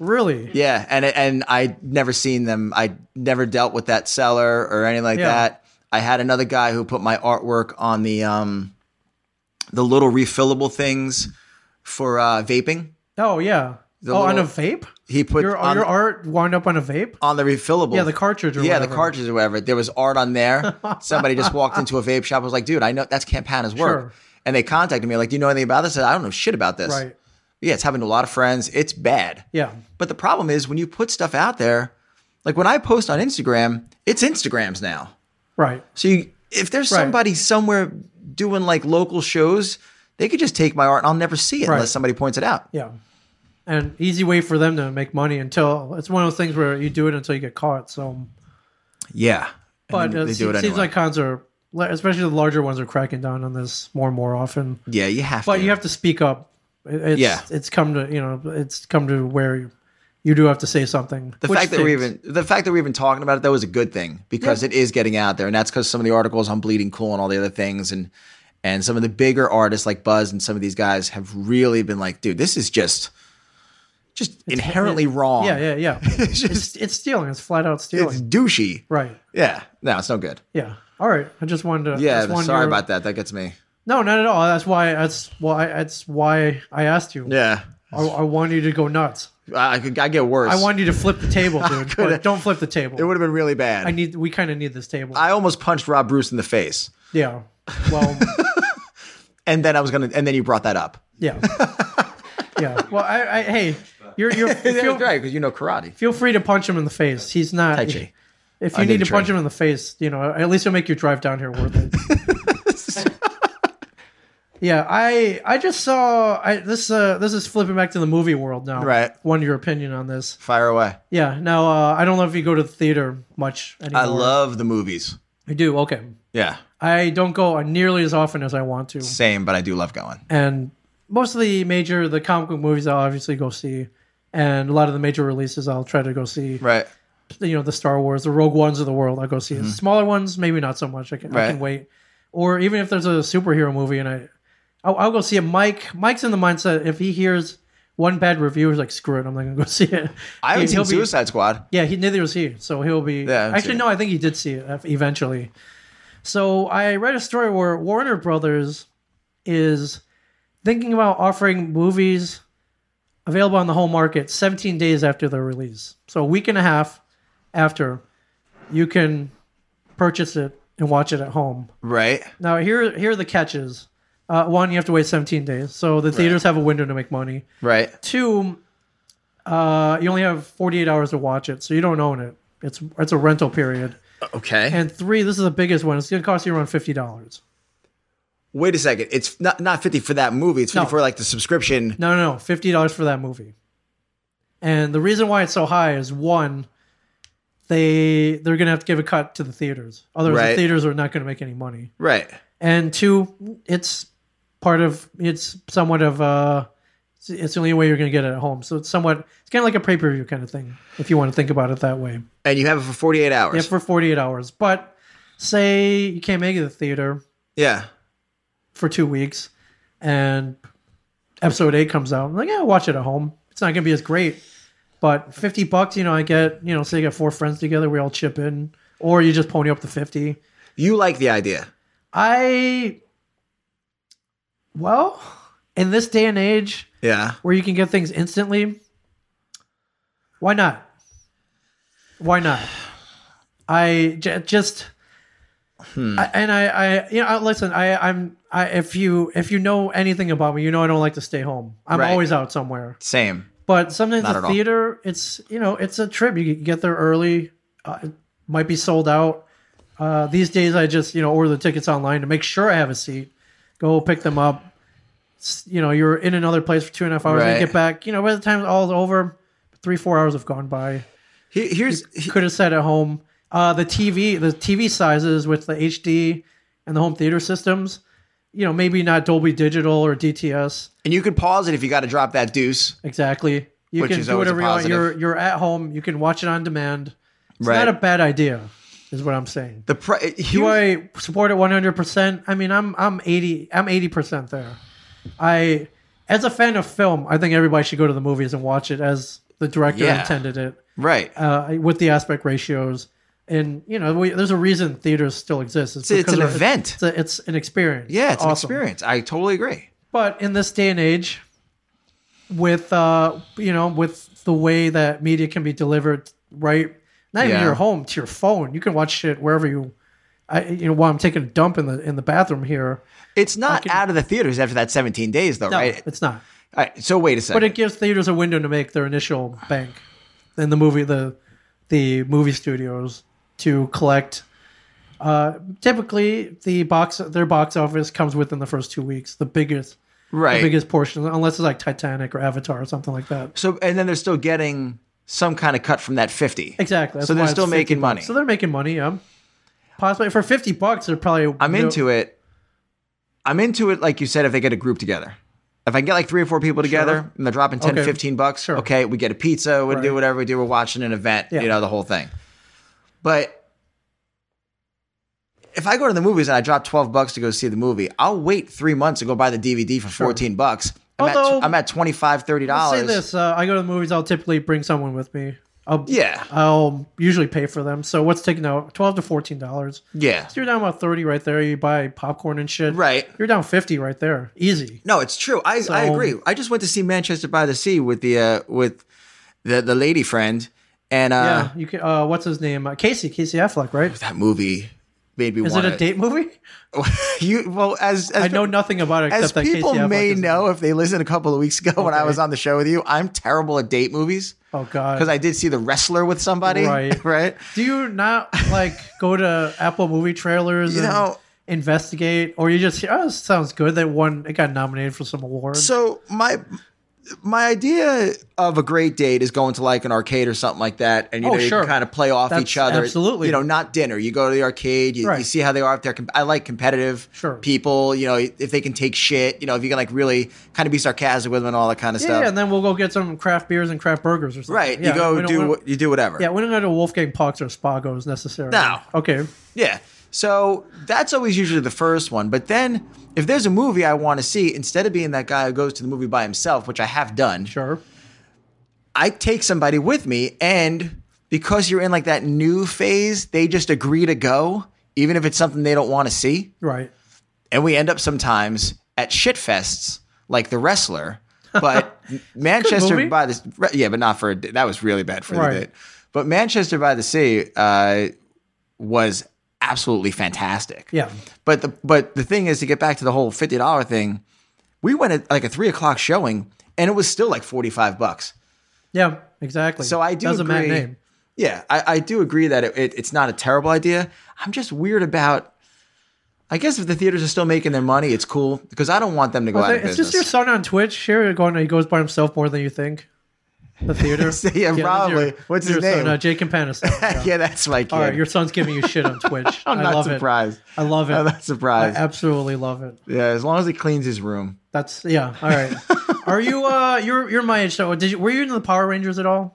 Really? yeah, and and I never seen them. I never dealt with that seller or anything like Yeah. that. I had another guy who put my artwork on the um, the little refillable things for uh, vaping. Oh yeah. The oh, on a little- vape. He put Your on, your art wound up on a vape. on the refillable. Yeah, the cartridge or yeah, whatever. the cartridge or whatever. There was art on there. Somebody just walked into a vape shop. and was like, dude, I know that's Campana's work. Sure. And they contacted me like, do you know anything about this? I said, I don't know shit about this. Right. Yeah, it's happened to a lot of friends. It's bad. Yeah. But the problem is when you put stuff out there, like when I post on Instagram, it's Instagrams now. Right. So you, if there's Right. somebody somewhere doing like local shows, they could just take my art and I'll never see it Right. unless somebody points it out. Yeah. An easy way for them to make money until it's one of those things where you do it until you get caught. So, Yeah. but And Mm, they it, se- do it seems anyway. like cons are, especially the larger ones, are cracking down on this more and more often. yeah, you have But to. you have to speak up. It- It's, Yeah. it's come to you know it's come to where you, you do have to say something. The which fact that we're stinks. even the fact that we're even talking about it though is a good thing because it is getting out there, and that's because some of the articles on Bleeding Cool and all the other things, and and some of the bigger artists like Buzz and some of these guys have really been like, dude, this is just just inherently wrong. yeah yeah yeah it's, just- it's stealing it's flat out stealing it's douchey. right Yeah, no, it's no good. yeah all right I just wanted to Yeah, just wanted sorry your- about that. That gets me. no not at all that's why that's why that's why I asked you Yeah, I, I want you to go nuts I, I, could- I get worse. I want you to flip the table dude could- But don't flip the it table would have been really bad. I need we kind of need this table I almost punched Rob Bruce in the face, yeah well and then I was gonna, and then you brought that up. yeah yeah well I, I hey you're you're That's feel, right, because you know karate. feel free to punch him in the face he's not Tai Chi. if I you need didn't to punch train. him in the face, you know, at least it'll make your drive down here worth it. yeah, I I just saw I this uh this is flipping back to the movie world now. Right. Wanted your opinion on this. Fire away. Yeah. Now uh, I don't know if you go to the theater much anymore. I love the movies. I do. Okay. Yeah. I don't go nearly as often as I want to, Same, but I do love going. and most of the major the comic book movies I'll obviously go see, and a lot of the major releases I'll try to go see. Right. You know, the Star Wars, the Rogue Ones of the world, I'll go see. The smaller ones, maybe not so much. I can, I Mm-hmm. Right. can wait. Or even if there's a superhero movie and I, I'll, I'll go see it. Mike, Mike's in the mindset if he hears one bad review, he's like, screw it, I'm not gonna go see it. I haven't He- he'll be- seen Suicide Squad. yeah, he neither was he. So he'll be. Yeah, I haven't actually, seen no, I think he did see it uh, eventually. So I read a story where Warner Brothers is thinking about offering movies available on the home market 17 days after their release. So a week and a half after, you can purchase it and watch it at home. Right. Now here here are the catches. Uh, one, you have to wait 17 days. So the theaters have a window to make money. Right. Two, uh, you only have 48 hours to watch it, so you don't own it. It's it's a rental period. Okay. And three, this is the biggest one. It's going to cost you around fifty dollars. Wait a second. It's not not fifty for that movie. It's fifty No. for like the subscription. No, no, no, fifty dollars for that movie. And the reason why it's so high is one, they they're going to have to give a cut to the theaters. Otherwise, the Right. theaters are not going to make any money. Right. And two, it's part of it's somewhat of uh it's- it's the only way you're going to get it at home. So it's somewhat it's kind of like a pay per view kind of thing if you want to think about it that way. And you have it for forty eight Yeah, hours. for 48 hours. But say you can't make it to the theater Yeah. for two weeks and episode eight comes out. I'm like, yeah, watch it at home. It's not going to be as great. But 50 bucks, you know, I get, you know, say you got four friends together, we all chip in, or you just pony up the 50. You like the idea. I, well, in this day and age Yeah. where you can get things instantly, why not? Why not? I j- just I, and I, I you know I- listen I I'm I if you if you know anything about me you know I don't like to stay home I'm Right. always out somewhere Same. but sometimes Not at the all. theater it's you know it's a trip you get there early uh, it might be sold out uh, these days I just you know order the tickets online to make sure I have a seat go pick them up S- you know you're in another place for two and a half hours and Right. you get back you know by the time all's over three four hours have gone by Here, here's he- could have sat at home. Uh, the TV, the TV sizes with the HD and the home theater systems, you know, maybe not Dolby Digital or DTS and you could pause it if you got to drop that deuce. exactly. You Which can is do always a whatever you want. positive. You're you're at home. You can watch it on demand. It's Right. not a bad idea, is what I'm saying. The uh, pri- Do I support it 100? percent I mean, I'm I'm 80 I'm 80 percent there. I, as a fan of film, I think everybody should go to the movies and watch it as the director Yeah. intended it right. uh, with the aspect ratios. And you know, we, there's a reason theaters still exist. It's- it's because an of- event. It's, a, it's an experience. yeah, it's an Awesome. experience. I totally agree. But in this day and age, with uh, you know, with the way that media can be delivered, right? Not even Yeah. your home, to your phone. You can watch shit wherever you. I, you know, while I'm taking a dump in the in the bathroom here. It's not out of the theaters after that 17 days, though, No, right? it's not. All right? So wait a second. But it gives theaters a window to make their initial bank, and the movie the the movie studios to collect. Uh, typically, the box their box office comes within the first two weeks, the biggest right. the biggest portion, unless it's like Titanic or Avatar or something like that. so and then they're still getting some kind of cut from that 50. Exactly. that's So why they're it's still 50 making bucks. money. So they're making money. Yeah. Possibly for fifty bucks, they're probably. I'm into it. I'm into it, like you said, if they get a group together. If I get like three or four people together and they're dropping 10, Okay. 15 bucks, Sure. okay, we get a pizza, we Right. do whatever we do, we're watching an event, Yeah. you know, the whole thing. But if I go to the movies and I drop 12 bucks to go see the movie, I'll wait three months to go buy the DVD for 14 bucks. I'm, Although- at, I'm at 25, 30 I'll dollars. say this: uh, I go to the movies. I'll typically bring someone with me. I'll, Yeah. I'll usually pay for them. So what's taking out twelve to fourteen dollars? Yeah. So you're down about thirty right there. You buy popcorn and shit. Right. You're down fifty right there. Easy. No, it's true. I, I So- agree. I just went to see Manchester by the Sea with the uh, with the the lady friend, and uh, yeah. You can. Uh, what's his name? Uh, Casey. Casey Affleck. Right. that movie made me Is want it a date movie? you well as as I know nothing about it as except that people Casey Affleck may is- know if they listened a couple of weeks ago when I Okay. was on the show with you, I'm terrible at date movies Oh God. because I did see The Wrestler with somebody, Right. right? Do you not like go to Apple movie trailers You and know- investigate, or you just hear, oh, this sounds good? That one it got nominated for some award. So my my idea of a great date is going to like an arcade or something like that, and you Oh, know you sure. can kind of play off That's each other. absolutely. you know, not dinner. You go to the arcade, you, you Right. see how they are. If they're, com- I like competitive Sure. people. You know, if they can take shit. You know, if you can like really kind of be sarcastic with them and all that kind of Yeah, stuff. yeah, and then we'll go get some craft beers and craft burgers or something. right? Yeah, you go we don't- we do don't- what you do whatever. Yeah, we don't go to Wolfgang Puck's or Spago's necessarily. No. Okay. Yeah. So that's always usually the first one. But then if there's a movie I want to see, instead of being that guy who goes to the movie by himself, which I have done, Sure. I take somebody with me. And because you're in like that new phase, they just agree to go, even if it's something they don't want to see. Right. And we end up sometimes at shit fests like The Wrestler. But Manchester movie. by the yeah, but not for a, that was really bad for the Right. date. But Manchester by the Sea uh, was absolutely fantastic. Yeah. But the but the thing is to get back to the whole fifty dollar thing, we went at like a three o'clock showing and it was still like forty five bucks. Yeah. Exactly. So I do That's a mad agree. name. Yeah, I, I do agree that it, it, it's not a terrible idea. I'm just weird about. I guess if the theaters are still making their money, it's cool because I don't want them to go Well, out they- of it's business. just your son on Twitch. Here, going, he goes by himself more than you think. The theater. Yeah, that's probably. that's What's his your Son, name? uh, Jake Campanis. yeah. that's my kid. All right, your son's giving you shit on Twitch. I'm I not love surprised. It. I love it. I'm not I surprised. absolutely love it. yeah, as long as he cleans his room. That's yeah. All right. Are you? uh You're you're my age. So did you? Were you into the Power Rangers at all?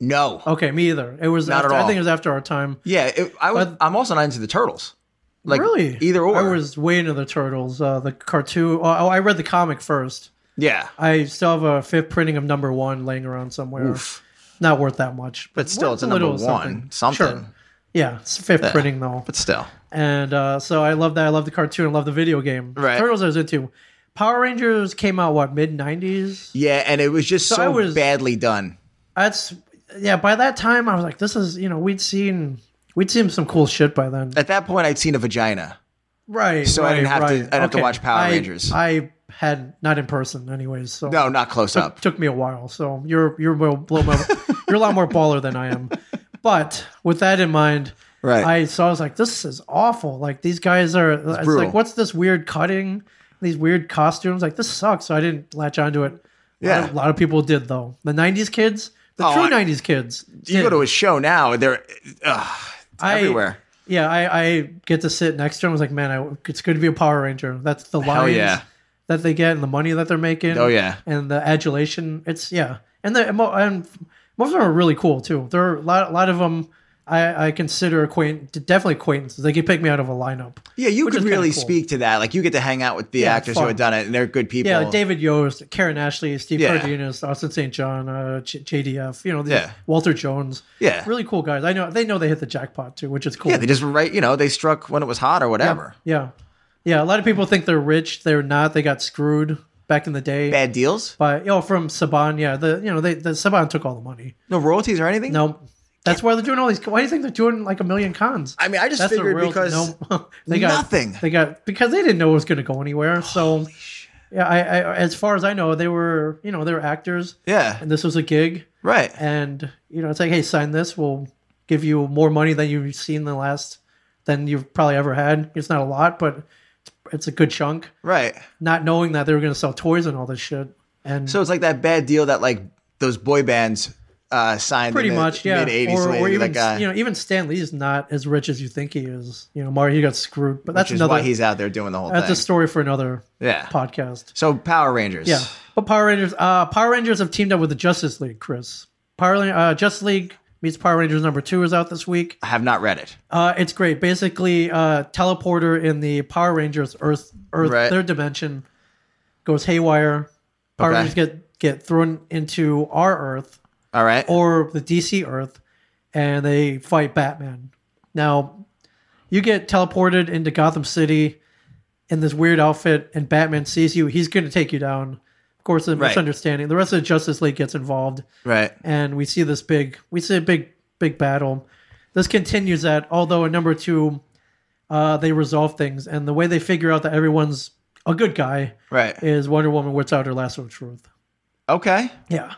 No. Okay, me either. It was. Not at after, I all. think it was after our time. Yeah, it, I was. But- I'm also not into the turtles. Like really? either or. I was way into the Turtles. Uh, the cartoon. Oh, I read the comic first. Yeah, I still have a fifth printing of number one laying around somewhere. Oof. Not worth that much, but still, worth it's a number little one. Something. Sure. Yeah, it's fifth printing though. But still, And uh, so I love that. I love the cartoon. I love the video game. Right. Turtles I was into. Power Rangers came out what mid nineties. yeah, and it was just so, I was- badly done. That's yeah. By that time, I was like, this is you know we'd seen we'd seen some cool shit by then. At that point, I'd seen a vagina. right. So I right, didn't have to- right. I didn't have to watch Power I- Rangers. I had not in person, anyways. So No, not close up. took me a while. So you're you're well, blow my, you're a lot more baller than I am. But with that in mind, Right. I saw I was like, this is awful. Like these guys are. It's, brutal. like what's this weird cutting? These weird costumes. Like this sucks. So I didn't latch onto it. A lot of- Yeah. a lot of people did though. The '90s kids, the Oh, true I- '90s kids. you go to a show now, they're uh, I- everywhere. Yeah, I, I get to sit next to him. I was like, man, I, it's good to be a Power Ranger. That's the lines yeah. that they get and the money that they're making. Oh, yeah. and the adulation. It's yeah, and the and mo- and most of them are really cool too. There are a lot, a lot of them. I, I consider acquaint definitely acquaintances. They could pick me out of a lineup. Yeah, you Which could is kinda really cool. speak to that. Like you get to hang out with the Yeah, it's actors who fun. have done it, and they're good people. Yeah, David Yost, Karen Ashley, Steve Yeah. Cardenas, Austin St. John, uh, J- JDF. You know, these, Yeah. Walter Jones. Yeah. really cool guys. I know they know they hit the jackpot too, which is cool. Yeah, they just were right. You know, they struck when it was hot or whatever. Yeah. Yeah. A lot of people think they're rich. They're not. They got screwed back in the day. Bad deals, But you know, from Saban, yeah, the you know, they the Saban took all the money. no royalties or anything. No. That's why they're doing all these why do you think they're doing like a million cons? I mean, I just That's the figured real because no, they got nothing. They got because they didn't know it was gonna go anywhere. So yeah, I, I as far as I know, they were you know, they were actors yeah, and this was a gig right. and you know, it's like, hey, sign this, we'll give you more money than you've seen in the last than you've probably ever had. It's not a lot, but it's, it's a good chunk. Right. Not knowing that they were going to sell toys and all this shit, and So it's like that bad deal that like those boy bands uh, signed pretty in the much, yeah, mid '80s. or, or even that guy, you know, even Stan Lee's not as rich as you think he is. You know, Mario, you got screwed, but that's which is another. why he's out there doing the whole that's thing. a story for another yeah. podcast. so Power Rangers. Yeah, but Power Rangers, uh, Power Rangers have teamed up with the Justice League, Chris. Power Ran- uh, Justice League meets Power Rangers number two is out this week. I have not read it. Uh, it's great. Basically, uh, teleporter in the Power Rangers Earth, Earth, Right. their dimension goes haywire. Power Okay. Rangers get get thrown into our Earth All right. or the DC Earth, and they fight Batman. Now, you get teleported into Gotham City in this weird outfit, and Batman sees you. He's going to take you down. Of course, a Right. misunderstanding. The rest of the Justice League gets involved right. and we see this big we see a big big battle this continues that although in number two uh, they resolve things and the way they figure out that everyone's a good guy Right. is wonder woman whips out her lasso of truth Okay. yeah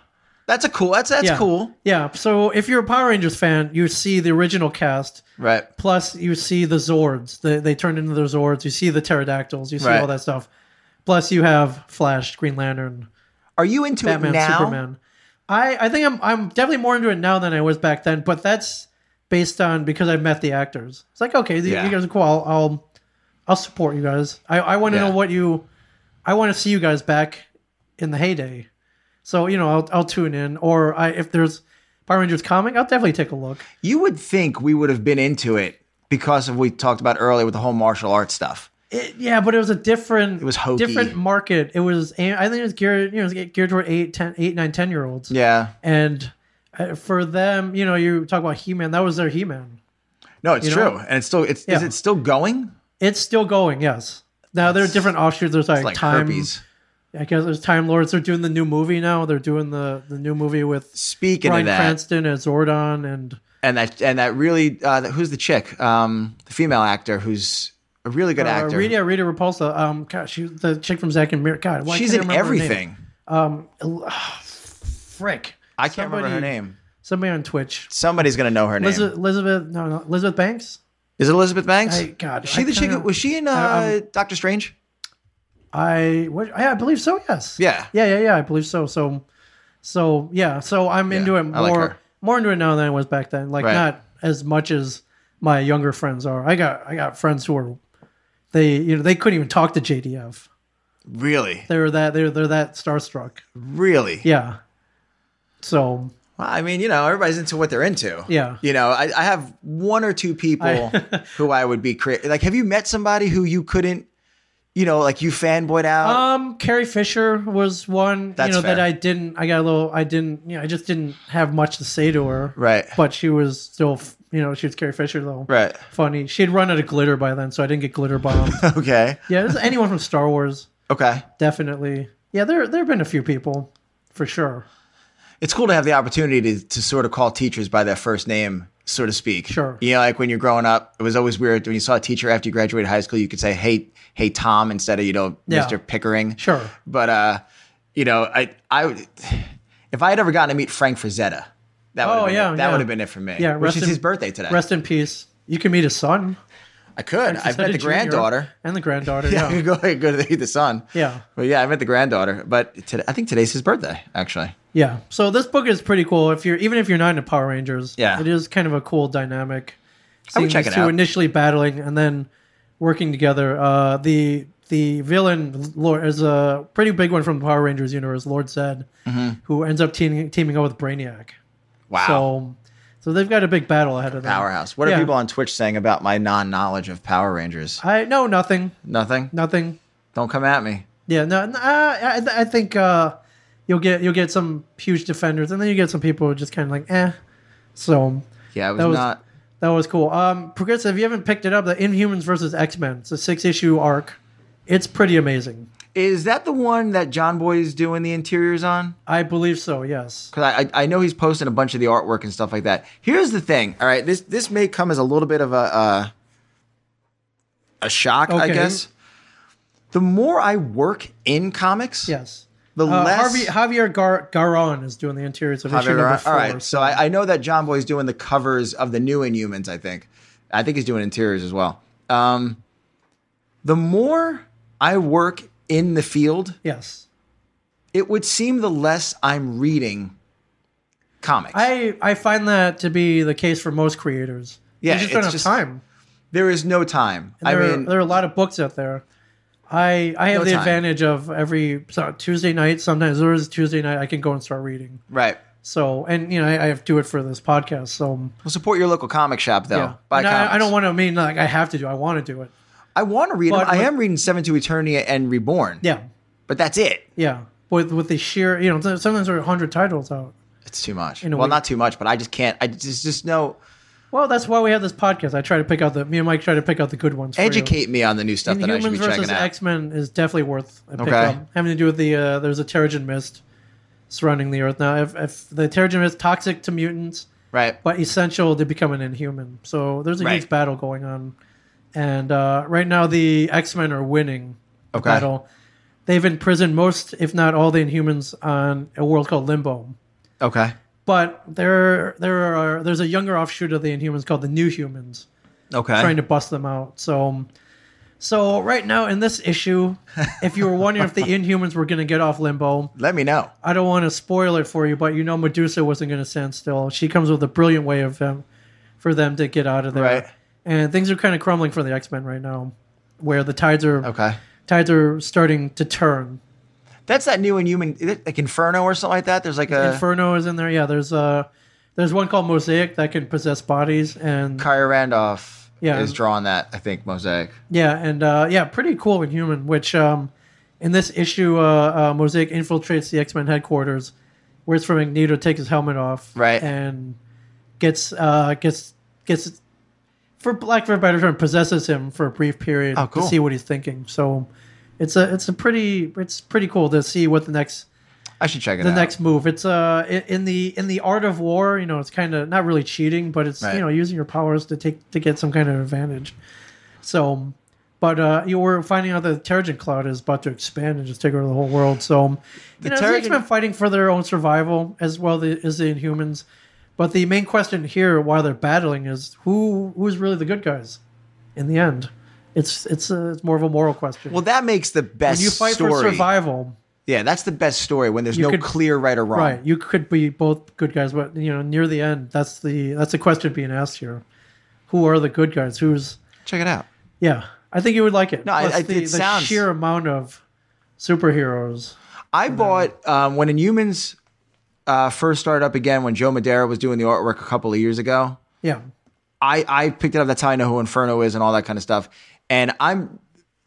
That's a cool. That's that's yeah. cool. yeah so if you're a power rangers fan you see the original cast Right. plus you see the zords the, they turned into their zords you see the pterodactyls you see Right. all that stuff plus you have flash green lantern Are you into Batman, it now? Superman. I, I think I'm I'm definitely more into it now than I was back then, but that's based on because I met the actors. It's like okay, Yeah. you guys are cool. I'll I'll, I'll support you guys. I, I want to Yeah. know what you, I want to see you guys back in the heyday. So you know I'll I'll tune in or I if there's Power Rangers comic, I'll definitely take a look. You would think we would have been into it because of what we talked about earlier with the whole martial arts stuff. It, yeah, but it was a different It was hokey. different market. It was I think it was geared you know it was geared toward eight, 10, 8, 9, 10 year olds. Yeah. And uh, for them, you know, you talk about He Man, that was their He Man. No, it's You true. know? And it's still it's is Yeah. it still going? It's still going, yes. Now there are different offshoots. There's like, It's like time. herpes. I guess there's Time Lords. They're doing the new movie now. They're doing the the new movie with Speaking Bryan of that, Cranston as Zordon, and and that and that really uh, who's the chick? Um, the female actor who's a really good uh, actor. Rita Rita Repulsa. Um, God, she the chick from Zack and Mir. God, why She's can't I in remember her name? ah, everything. Frick, I can't remember her Somebody- name. somebody on Twitch. Somebody's gonna know her name. Elizabeth, Elizabeth, no, no, Elizabeth Banks. Is it Elizabeth Banks? I- God, Is she I the chick? kinda- Was she in I- uh, Doctor Strange? I what, yeah, I believe so. Yes. Yeah. Yeah, yeah, yeah. I believe so. So, so yeah. So I'm into it I like more, her. more into it now than I was back then. Like Right. not as much as my younger friends are. I got I got friends who are, they you know they couldn't even talk to JDF. Really, They were that they're they're that starstruck. really. Yeah. So Well, I mean, you know, everybody's into what they're into. Yeah. You know, I, I have one or two people who I would be crea- like. Have you met somebody who you couldn't, you know, like you fanboyed out? um, Carrie Fisher was one That's you know that fair. I didn't. I got a little. I didn't. You know, I just didn't have much to say to her. Right. But she was still. f- You know, she was Carrie Fisher though. right. funny. She had run out of glitter by then, so I didn't get glitter bombed. Okay. yeah, this is anyone from Star Wars, Okay. definitely. Yeah, there there have been a few people, for sure. It's cool to have the opportunity to, to sort of call teachers by their first name, so to speak. Sure. You know, like when you're growing up, it was always weird when you saw a teacher after you graduated high school, you could say, "Hey, hey, Tom," instead of you know, Yeah. Mr. Pickering. Sure. But uh, you know, I I would- if I had ever gotten to meet Frank Frazetta, that would Oh, have been yeah, it. that yeah. would have been it for me. Yeah, which rest is in- his birthday today. Rest in peace. You can meet his son. I could. I've met Junior. the granddaughter. and the granddaughter. Yeah, I Yeah, could go, I could go to meet the son. Yeah. But yeah, I met the granddaughter. But today, I think today's his birthday, actually. yeah. So this book is pretty cool. If you're even if you're not into Power Rangers, Yeah. it is kind of a cool dynamic. I would Seeing check these it two out. Initially battling and then working together. Uh, the the villain Lord is a pretty big one from the Power Rangers universe. Lord Zed, who ends up teaming teaming up with Brainiac. Mm-hmm. Wow. So, so they've got a big battle ahead of them. Powerhouse. What are Yeah. people on Twitch saying about my non-knowledge of Power Rangers? I no nothing, Nothing. nothing. Don't come at me. Yeah, no. n- uh, I, I, I think uh, you'll get you'll get some huge defenders, and then you get some people who just kind of like eh. So Yeah, it was, That was- not. that was cool. Um, progressive. If you haven't picked it up, the Inhumans versus X Men. It's a six issue arc. It's pretty amazing. Is that the one that John Boy's doing the interiors on? I believe so. Yes. Because I, I I know he's posting a bunch of the artwork and stuff like that. Here's the thing. All right, this this may come as a little bit of a uh, a shock, I Okay. guess. The more I work in comics, Yes. the Uh, less Harvey, Javier Gar- Garon is doing the interiors of Javier issue number Garan- four. All right, so I, I know that John Boy's doing the covers of the new Inhumans. I think, I think he's doing interiors as well. Um, the more I work in the field, yes. it would seem the less I'm reading comics. I I find that to be the case for most creators. Yeah, you just don't it's have just- time. there is no time. I there, mean, there are a lot of books out there. I I have No the time. advantage of every so Tuesday night. Sometimes there is Tuesday night. I can go and start reading. right. So and you know I, I have to do it for this podcast. So Well, support your local comic shop, though. yeah, Buy And I, comics. I don't want to mean like I have to do. I want to do it. I want to read them. But I with- am reading Seven to Eternia and Reborn. Yeah, but that's it. yeah. With with the sheer you know sometimes there are hundred titles out. It's too much. a Well, week. not too much, but I just can't. I just just no. Well, that's why we have this podcast. I try to pick out the me and Mike try to pick out the good ones. For you. Educate me on the new stuff that I should Inhumans be checking versus out. X Men is definitely worth a Okay. pickup. Having to do with the uh, there's a Terrigen mist surrounding the Earth now. If, if the Terrigen mist toxic to mutants, right. but essential to become an Inhuman, so there's a Right. huge battle going on. And uh, right now the X Men are winning the Okay. battle. They've imprisoned most, if not all, the Inhumans on a world called Limbo. Okay. But there, there are there's a younger offshoot of the Inhumans called the New Humans Okay. trying to bust them out. So, So right now in this issue, if you were wondering if the Inhumans were going to get off limbo, Let me know. I don't want to spoil it for you, but you know Medusa wasn't going to stand still. She comes with a brilliant way of them for them to get out of there. Right. And things are kind of crumbling for the X Men right now, where the tides are Okay. tides are starting to turn. That's that new Inhuman, is it like Inferno or something like that. There's like a Inferno is in there. Yeah, there's uh there's one called Mosaic that can possess bodies and Kyra Randolph Yeah. is drawing that. I think mosaic. yeah and uh, yeah pretty cool in human which um in this issue uh, uh Mosaic infiltrates the X Men headquarters where it's for Magneto to take his helmet off Right. and gets uh gets gets for lack of a better term possesses him for a brief period Oh, cool. to see what he's thinking so it's a it's a pretty it's pretty cool to see what the next I should check it the out. next move. It's uh i- in the in the art of war, you know, it's kind of not really cheating, but it's Right. you know using your powers to take to get some kind of advantage. So, but uh, you were finding out that the Terrigen Cloud is about to expand and just take over the whole world. So, you know, Terrigen- the X Men fighting for their own survival as well the- as the Inhumans. But the main question here, while they're battling, is who who's really the good guys in the end. It's it's a, it's more of a moral question. Well, that makes the best when you fight story. for survival, Yeah, that's the best story when there's You no could- clear right or wrong. Right. You could be both good guys, but you know, near the end, that's the that's the question being asked here. Who are the good guys? Who's Check it out. yeah? I think you would like it. No, I- Plus I- the, it the sounds- sheer amount of superheroes. I bought um, when Inhumans uh, first started up again when Joe Madera was doing the artwork a couple of years ago. Yeah. I, I picked it up. That's how I know who Inferno is and all that kind of stuff. And I'm,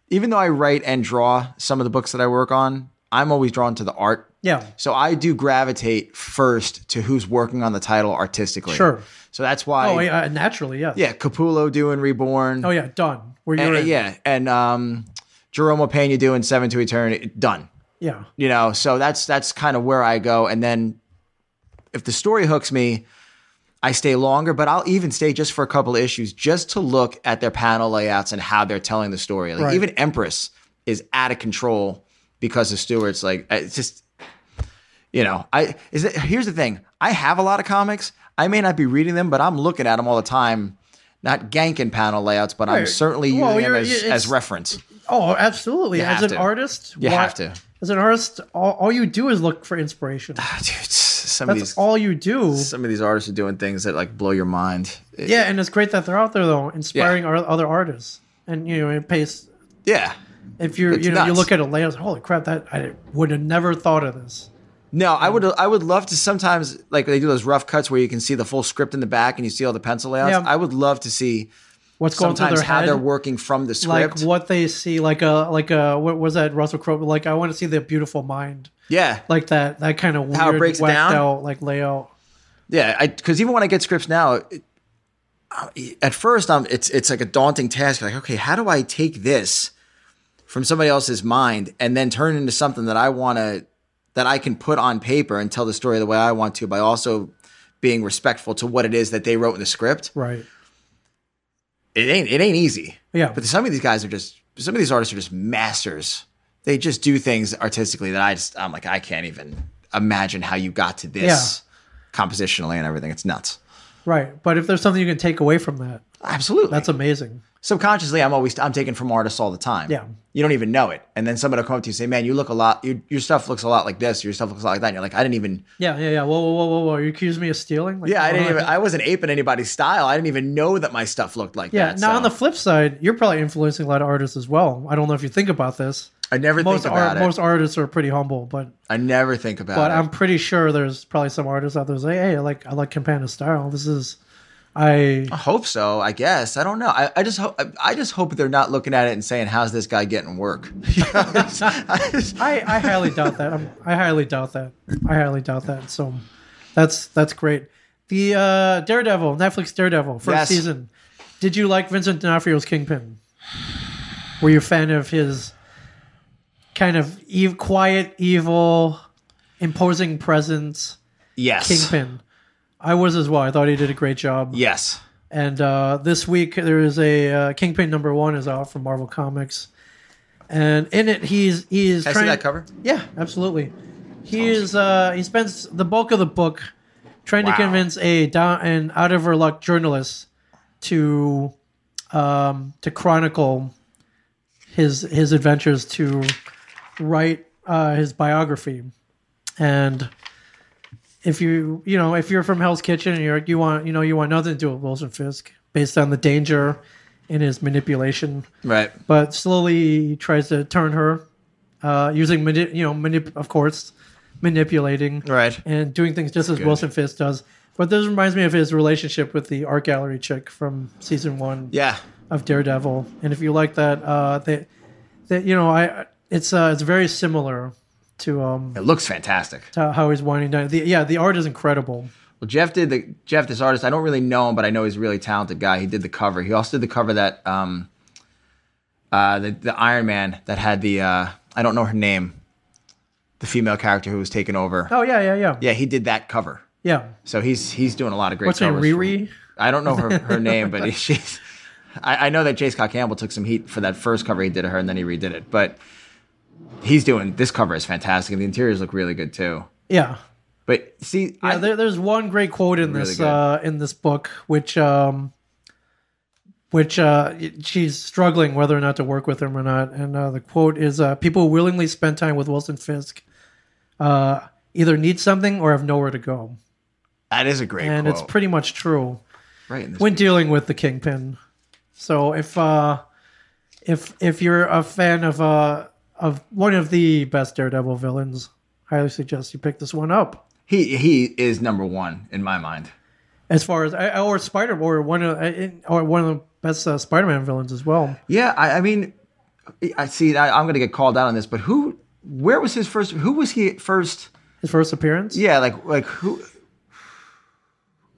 even though I write and draw some of the books that I work on, I'm always drawn to the art. Yeah. So I do gravitate first to who's working on the title artistically. Sure. So that's why, Oh, yeah. Naturally, yes. yeah, Capullo doing Reborn. Oh, yeah. Done. Where you're And, in. yeah, and um, Jerome Pena doing Seven to Eternity. Done. Yeah. You know, so that's that's kind of where I go. And then if the story hooks me, I stay longer, but I'll even stay just for a couple of issues just to look at their panel layouts and how they're telling the story. Like Right. even Empress is out of control because of Stewart's like it's just you know, I is it here's the thing. I have a lot of comics. I may not be reading them, but I'm looking at them all the time. Not ganking panel layouts, but I'm Right. certainly Well, using them you're- as, it's- as reference. Oh, absolutely. You As have an to. artist, You why- have to. Ah, As an artist, all, all you do is look for inspiration. Dude, some of That's these all you do. some of these artists are doing things that like blow your mind. It- Yeah, and it's great that they're out there though, inspiring our other artists. And you know, it pays yeah. If you're, It's you know, you nuts. look at a layout, holy crap, that I would have never thought of this. No, I would I would love to sometimes like they do those rough cuts where you can see the full script in the back and you see all the pencil layouts. Yeah. I would love to see What's going through sometimes their how head? they're working from the like script. what they see, like a, like a, what was that Russell Crowe? Like I want to see the beautiful mind, yeah, like that, that kind of weird, How it breaks it whacked down? out like layout. yeah. Because even when I get scripts now, it, I- at first I'm it's it's like a daunting task. Like okay, how do I take this from somebody else's mind and then turn it into something that I want to that I can put on paper and tell the story the way I want to by also being respectful to what it is that they wrote in the script. Right. it ain't it ain't easy. Yeah. But some of these guys are just some of these artists are just masters. They just do things artistically that I just I'm like I can't even imagine how you got to this compositionally and everything. It's nuts. Right. But if there's something you can take away from that, Absolutely. that's amazing. Subconsciously, I'm always I'm taken from artists all the time. Yeah. You don't even know it, and then somebody will come up to you and say, "Man, you look a lot. Your, your stuff looks a lot like this. Your stuff looks a lot like that." And you're like, "I didn't even. Yeah. Yeah. Yeah. Whoa, whoa, whoa, whoa, whoa. You accuse me of stealing? Like, Yeah, I hold didn't on. even. I wasn't aping anybody's style. I didn't even know that my stuff looked like yeah. that." now so on the flip side, you're probably influencing a lot of artists as well. I don't know if you think about this. I never Most think about art, it. most artists are pretty humble, but I never think about But it. I'm pretty sure there's probably some artists out there say, "Hey, I like I like Campana's style. This is, I I hope so. I guess I don't know. I, I just hope I, I just hope they're not looking at it and saying, "How's this guy getting work?" I just- I, I highly doubt that. I'm, I highly doubt that. I highly doubt that. So, that's that's great. The uh, Daredevil Netflix Daredevil first Yes. season. Did you like Vincent D'Onofrio's Kingpin? Were you a fan of his kind of ev- quiet, evil, imposing presence, yes, Kingpin? I was as well. I thought he did a great job. yes, And uh, this week there is a uh, Kingpin number one is out from Marvel Comics, and in it he's he's Can I see trying that cover? Yeah, absolutely. He is uh, he spends the bulk of the book trying Wow. to convince a down and out of her luck journalist to um, to chronicle his his adventures to write uh, his biography, and if you you know if you're from Hell's Kitchen and you're you want you know you want nothing to do with Wilson Fisk based on the danger in his manipulation, Right. but slowly he tries to turn her uh, using mani- you know manip- of course manipulating Right. and doing things just as Wilson Fisk does. But this reminds me of his relationship with the art gallery chick from season one Yeah. of Daredevil. And if you like that, uh, they, they, you know, I it's uh, it's very similar to um It looks fantastic. to how he's winding down. The, yeah, the art is incredible. Well, Jeff did the Jeff, this artist. I don't really know him, but I know he's a really talented guy. He did the cover. He also did the cover that um, uh, the, the Iron Man that had the uh, I don't know her name, the female character who was taken over. Oh yeah, yeah, yeah, Yeah, he did that cover. yeah. So he's he's doing a lot of great. What's her name, covers for- Riri? I don't know her, her name, but she's. I, I know that J. Scott Campbell took some heat for that first cover he did of her, and then he redid it. But he's doing this cover is fantastic, and the interiors look really good too. Yeah. But see, Yeah, I, there, there's one great quote in Really this good. uh, in this book, which um, which uh, she's struggling whether or not to work with him or not. And uh, the quote is, uh, "People who willingly spend time with Wilson Fisk uh, either need something or have nowhere to go," that is a great and quote. it's pretty much true right. In this when dealing with the kingpin. So if uh, if if you're a fan of uh, of one of the best Daredevil villains, highly suggest you pick this one up. He he is number one in my mind. as far as I- or Spider or one of I- or one of the best uh, Spider-Man villains as well. Yeah, I, I mean, I see. I, I'm going to get called out on this, but who? Where was his first? Who was he at first? His first appearance. Yeah, like like who?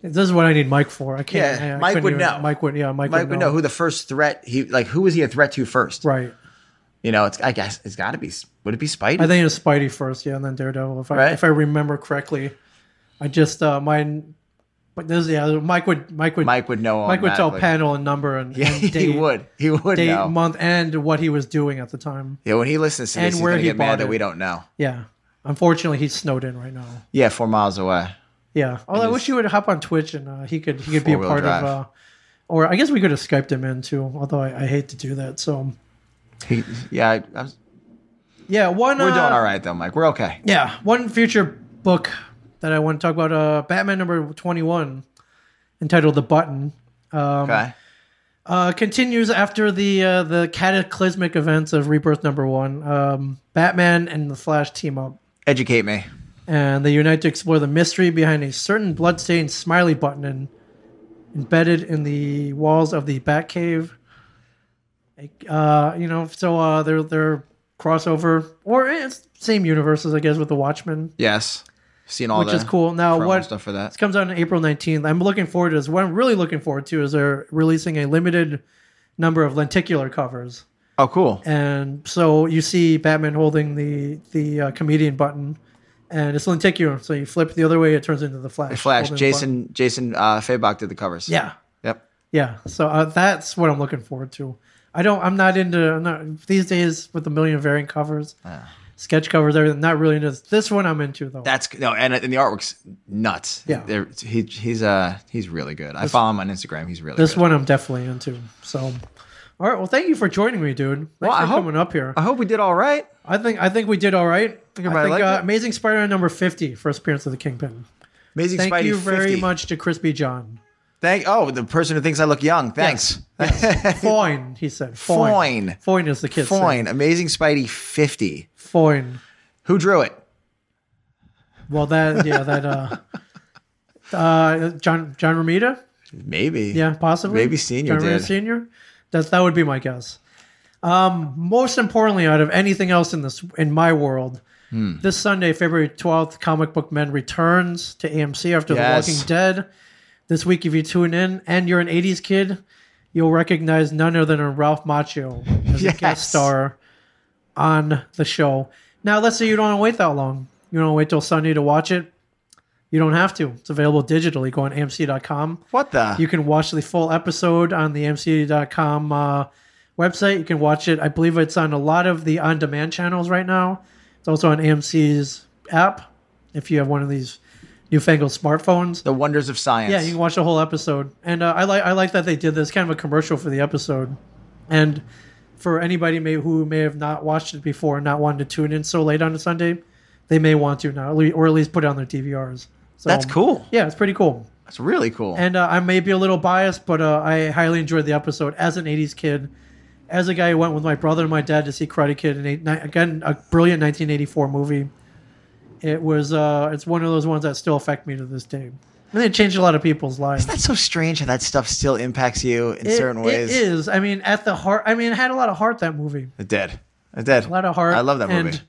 this is what I need Mike for. I can't. Yeah, I Mike couldn't would even- know. Mike would. Yeah, Mike, Mike would know who the first threat he like. Who was he a threat to first? Right. You know, it's I guess it's got to be. Would it be Spidey? I think it was Spidey first. Yeah, and then Daredevil. If I Right. if I remember correctly, I just uh, mine. But this yeah, Mike would Mike would Mike would know. Mike would tell automatically. panel and number and, Yeah, and date, he would. He would date know. month and what he was doing at the time. yeah, when he listens to And this, he's where going to he get mad bought that it. we don't know. Yeah. Unfortunately, he's snowed in right now. Yeah, four miles away. Yeah. Although I wish you would hop on Twitch and uh, he could he could be a Four-wheel part drive. of. Uh, or I guess we could have skyped him in too. Although I, I hate to do that. So um, He, yeah, I, I was, yeah, one. we're uh, doing all right though, Mike. We're okay. Yeah, one future book that I want to talk about. Uh, Batman number twenty one, entitled "The Button." Um, Okay. uh, continues after the uh, the cataclysmic events of Rebirth number one. Um, Batman and the Flash team up. Educate me. and they unite to explore the mystery behind a certain bloodstained smiley button in, embedded in the walls of the Batcave. Uh, you know, so uh, they're they're crossover or it's same universes, I guess, with the Watchmen, Yes. Seen all which the is cool. Now, promo what stuff for that? this comes out on April 19th. I'm looking forward to this. What I'm really looking forward to is they're releasing a limited number of lenticular covers. Oh, cool. And so you see Batman holding the the uh, comedian button, and it's lenticular. So you flip the other way, it turns into the Flash. Flash. holding the button. Jason. Jason uh, Fabok did the covers. Yeah, Yep. yeah. So uh, that's what I'm looking forward to. I don't. I'm not into I'm not, these days with the million variant covers, sketch covers, everything. Not really into this. This one. I'm into though. Ah. That's no, and, and the artwork's nuts. Yeah. They're- he, he's uh he's really good. I follow him on Instagram. He's really this good. one I'm definitely into. So, all right. Well, thank you for joining me, dude. Thanks Well, for I hope- coming up here. I hope we did all right. I think I think we did all right. I think, everybody liked uh, it. Amazing Spider-Man number 50, first appearance of the Kingpin. Amazing Thank Spidey you very 50. much to Crispy John. Thank oh the person who thinks I look young. Thanks. Foin, he said. Foin. Foin. Foin is the kid. Foyne, Amazing Spidey 50. Foin. Who drew it? Well, that yeah, that uh, uh, John John Romita. Maybe. Yeah, possibly. Maybe Senior John Romita did. Senior. That that would be my guess. Um, most importantly, out of anything else in this in my world, Hmm. this Sunday, February twelfth, Comic Book Men returns to AMC after Yes. The Walking Dead. This week, if you tune in and you're an '80s kid, you'll recognize none other than Ralph Macchio as a Yes. guest star on the show. Now, let's say you don't want to wait that long. You don't wanna wait till Sunday to watch it. You don't have to. It's available digitally. Go on AMC.com. What the? You can watch the full episode on the AMC.com uh, website. You can watch it. I believe it's on a lot of the on demand channels right now. It's also on AMC's app if you have one of these newfangled smartphones. the wonders of science. Yeah, you can watch the whole episode. And uh, I like I like that they did this kind of a commercial for the episode. And for anybody may, who may have not watched it before and not wanted to tune in so late on a Sunday, they may want to now, or le- or at least put it on their DVRs. So, That's cool. Yeah, it's pretty cool. That's really cool. And uh, I may be a little biased, but uh, I highly enjoyed the episode as an 80s kid, as a guy who went with my brother and my dad to see Karate Kid, and eight, ni- again, a brilliant 1984 movie. It was, uh, it's one of those ones that still affect me to this day. And it changed a lot of people's lives. That's so strange how that stuff still impacts you in It- certain ways. It is. I mean, at the heart, I mean, it had a lot of heart, that movie. It did. It did. A lot of heart. I love that movie. And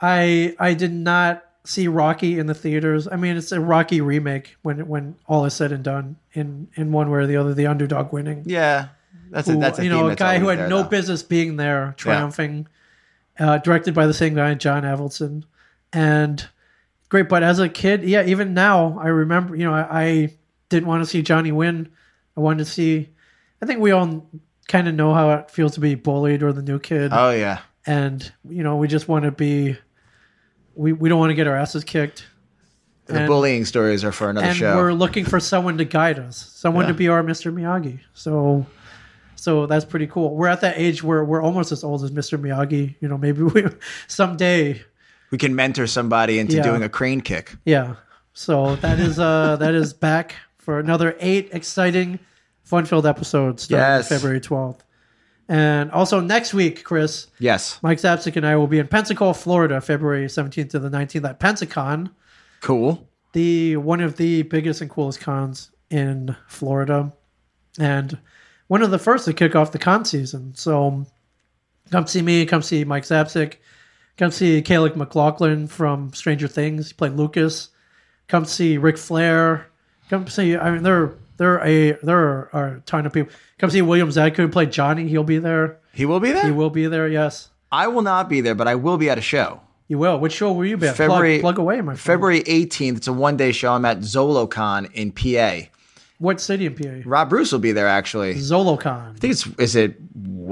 I I did not see Rocky in the theaters. I mean, it's a Rocky remake when when all is said and done, in in one way or the other, the underdog winning. Yeah, that's a, Who, that's a you theme know a that's guy who always had there, no though. business being there, triumphing. Uh, directed by the same guy, John Avildsen, and great. But as a kid, yeah, even now I remember. You know, I, I didn't want to see Johnny win. I wanted to see. I think we all kind of know how it feels to be bullied or the new kid Oh yeah, and you know we just want to be we, we don't want to get our asses kicked the And- bullying stories are for another and we're show. looking for someone to guide us someone to Yeah. be our mr miyagi so so that's pretty cool we're at that age where we're almost as old as mr miyagi you know maybe we someday We can mentor somebody into Yeah. doing a crane kick. yeah so that is uh that is back for another eight exciting fun-filled episodes starting Yes. february 12th and also next week chris Yes, Mike Zapsik and I will be in Pensacola, Florida, February 17th to the 19th at Pensacon, cool. the one of the biggest and coolest cons in Florida, and one of the first to kick off the con season. So come see me, come see Mike Zapsik, come see Kalik McLaughlin from Stranger Things. He played Lucas. Come see Ric Flair. Come see. I mean, there there a there are a ton of people. Come see William Zadko who played Johnny. He'll be there. He will be there. He will be there. Yes. I will not be there, but I will be at a show. You will. Which show will you be at? Plug- February- plug, away, my friend. February 18th. It's a one day show. I'm at ZoloCon in PA. What city in PA? Rob Bruce will be there actually. I Zolocon. think it's is it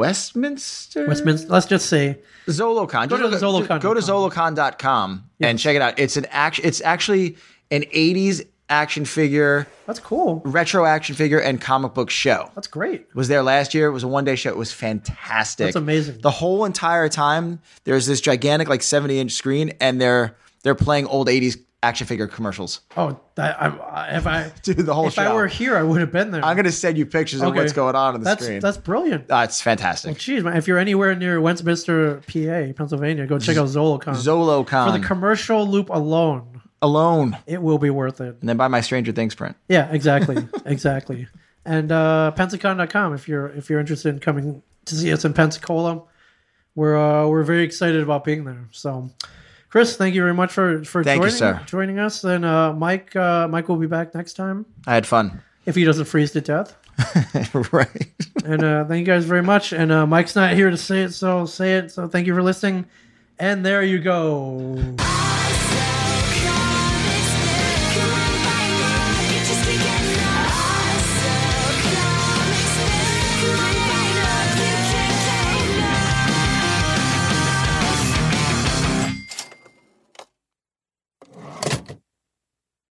Westminster? Westminster. Let's just say Zolocon. Go to Just Zolocon.com. Go to Zolocon.com and check it out. It's an action. It's actually an 80s action figure, that's cool. retro action figure, and comic book show. That's great. was there last year. It was a one day show. It was fantastic. That's amazing. The whole entire time, there's this gigantic, like 70 inch screen, and they're they're playing old 80s action figure commercials. Oh, that, I, I, if I Dude, the whole if show. I were here, I would have been there. I'm gonna send you pictures of Okay. what's going on on the that's, screen. That's brilliant. Uh, it's fantastic. Jeez, man, if you're anywhere near Westminster, PA, Pennsylvania, go check out Zolocon. For the ZoloCon commercial loop alone, alone, it will be worth it. and then buy my Stranger Things print. Yeah, exactly, exactly. And uh, Pensacon.com if you're if you're interested in coming to see us in Pensacola, we're uh, we're very excited about being there. So, Chris, thank you very much for for Thank you, joining, sir. joining us. And uh, Mike uh, Mike will be back next time I had fun. if he doesn't freeze to death. right. And uh, thank you guys very much. And uh, Mike's not here to say it, so say it. So thank you for listening. And there you go.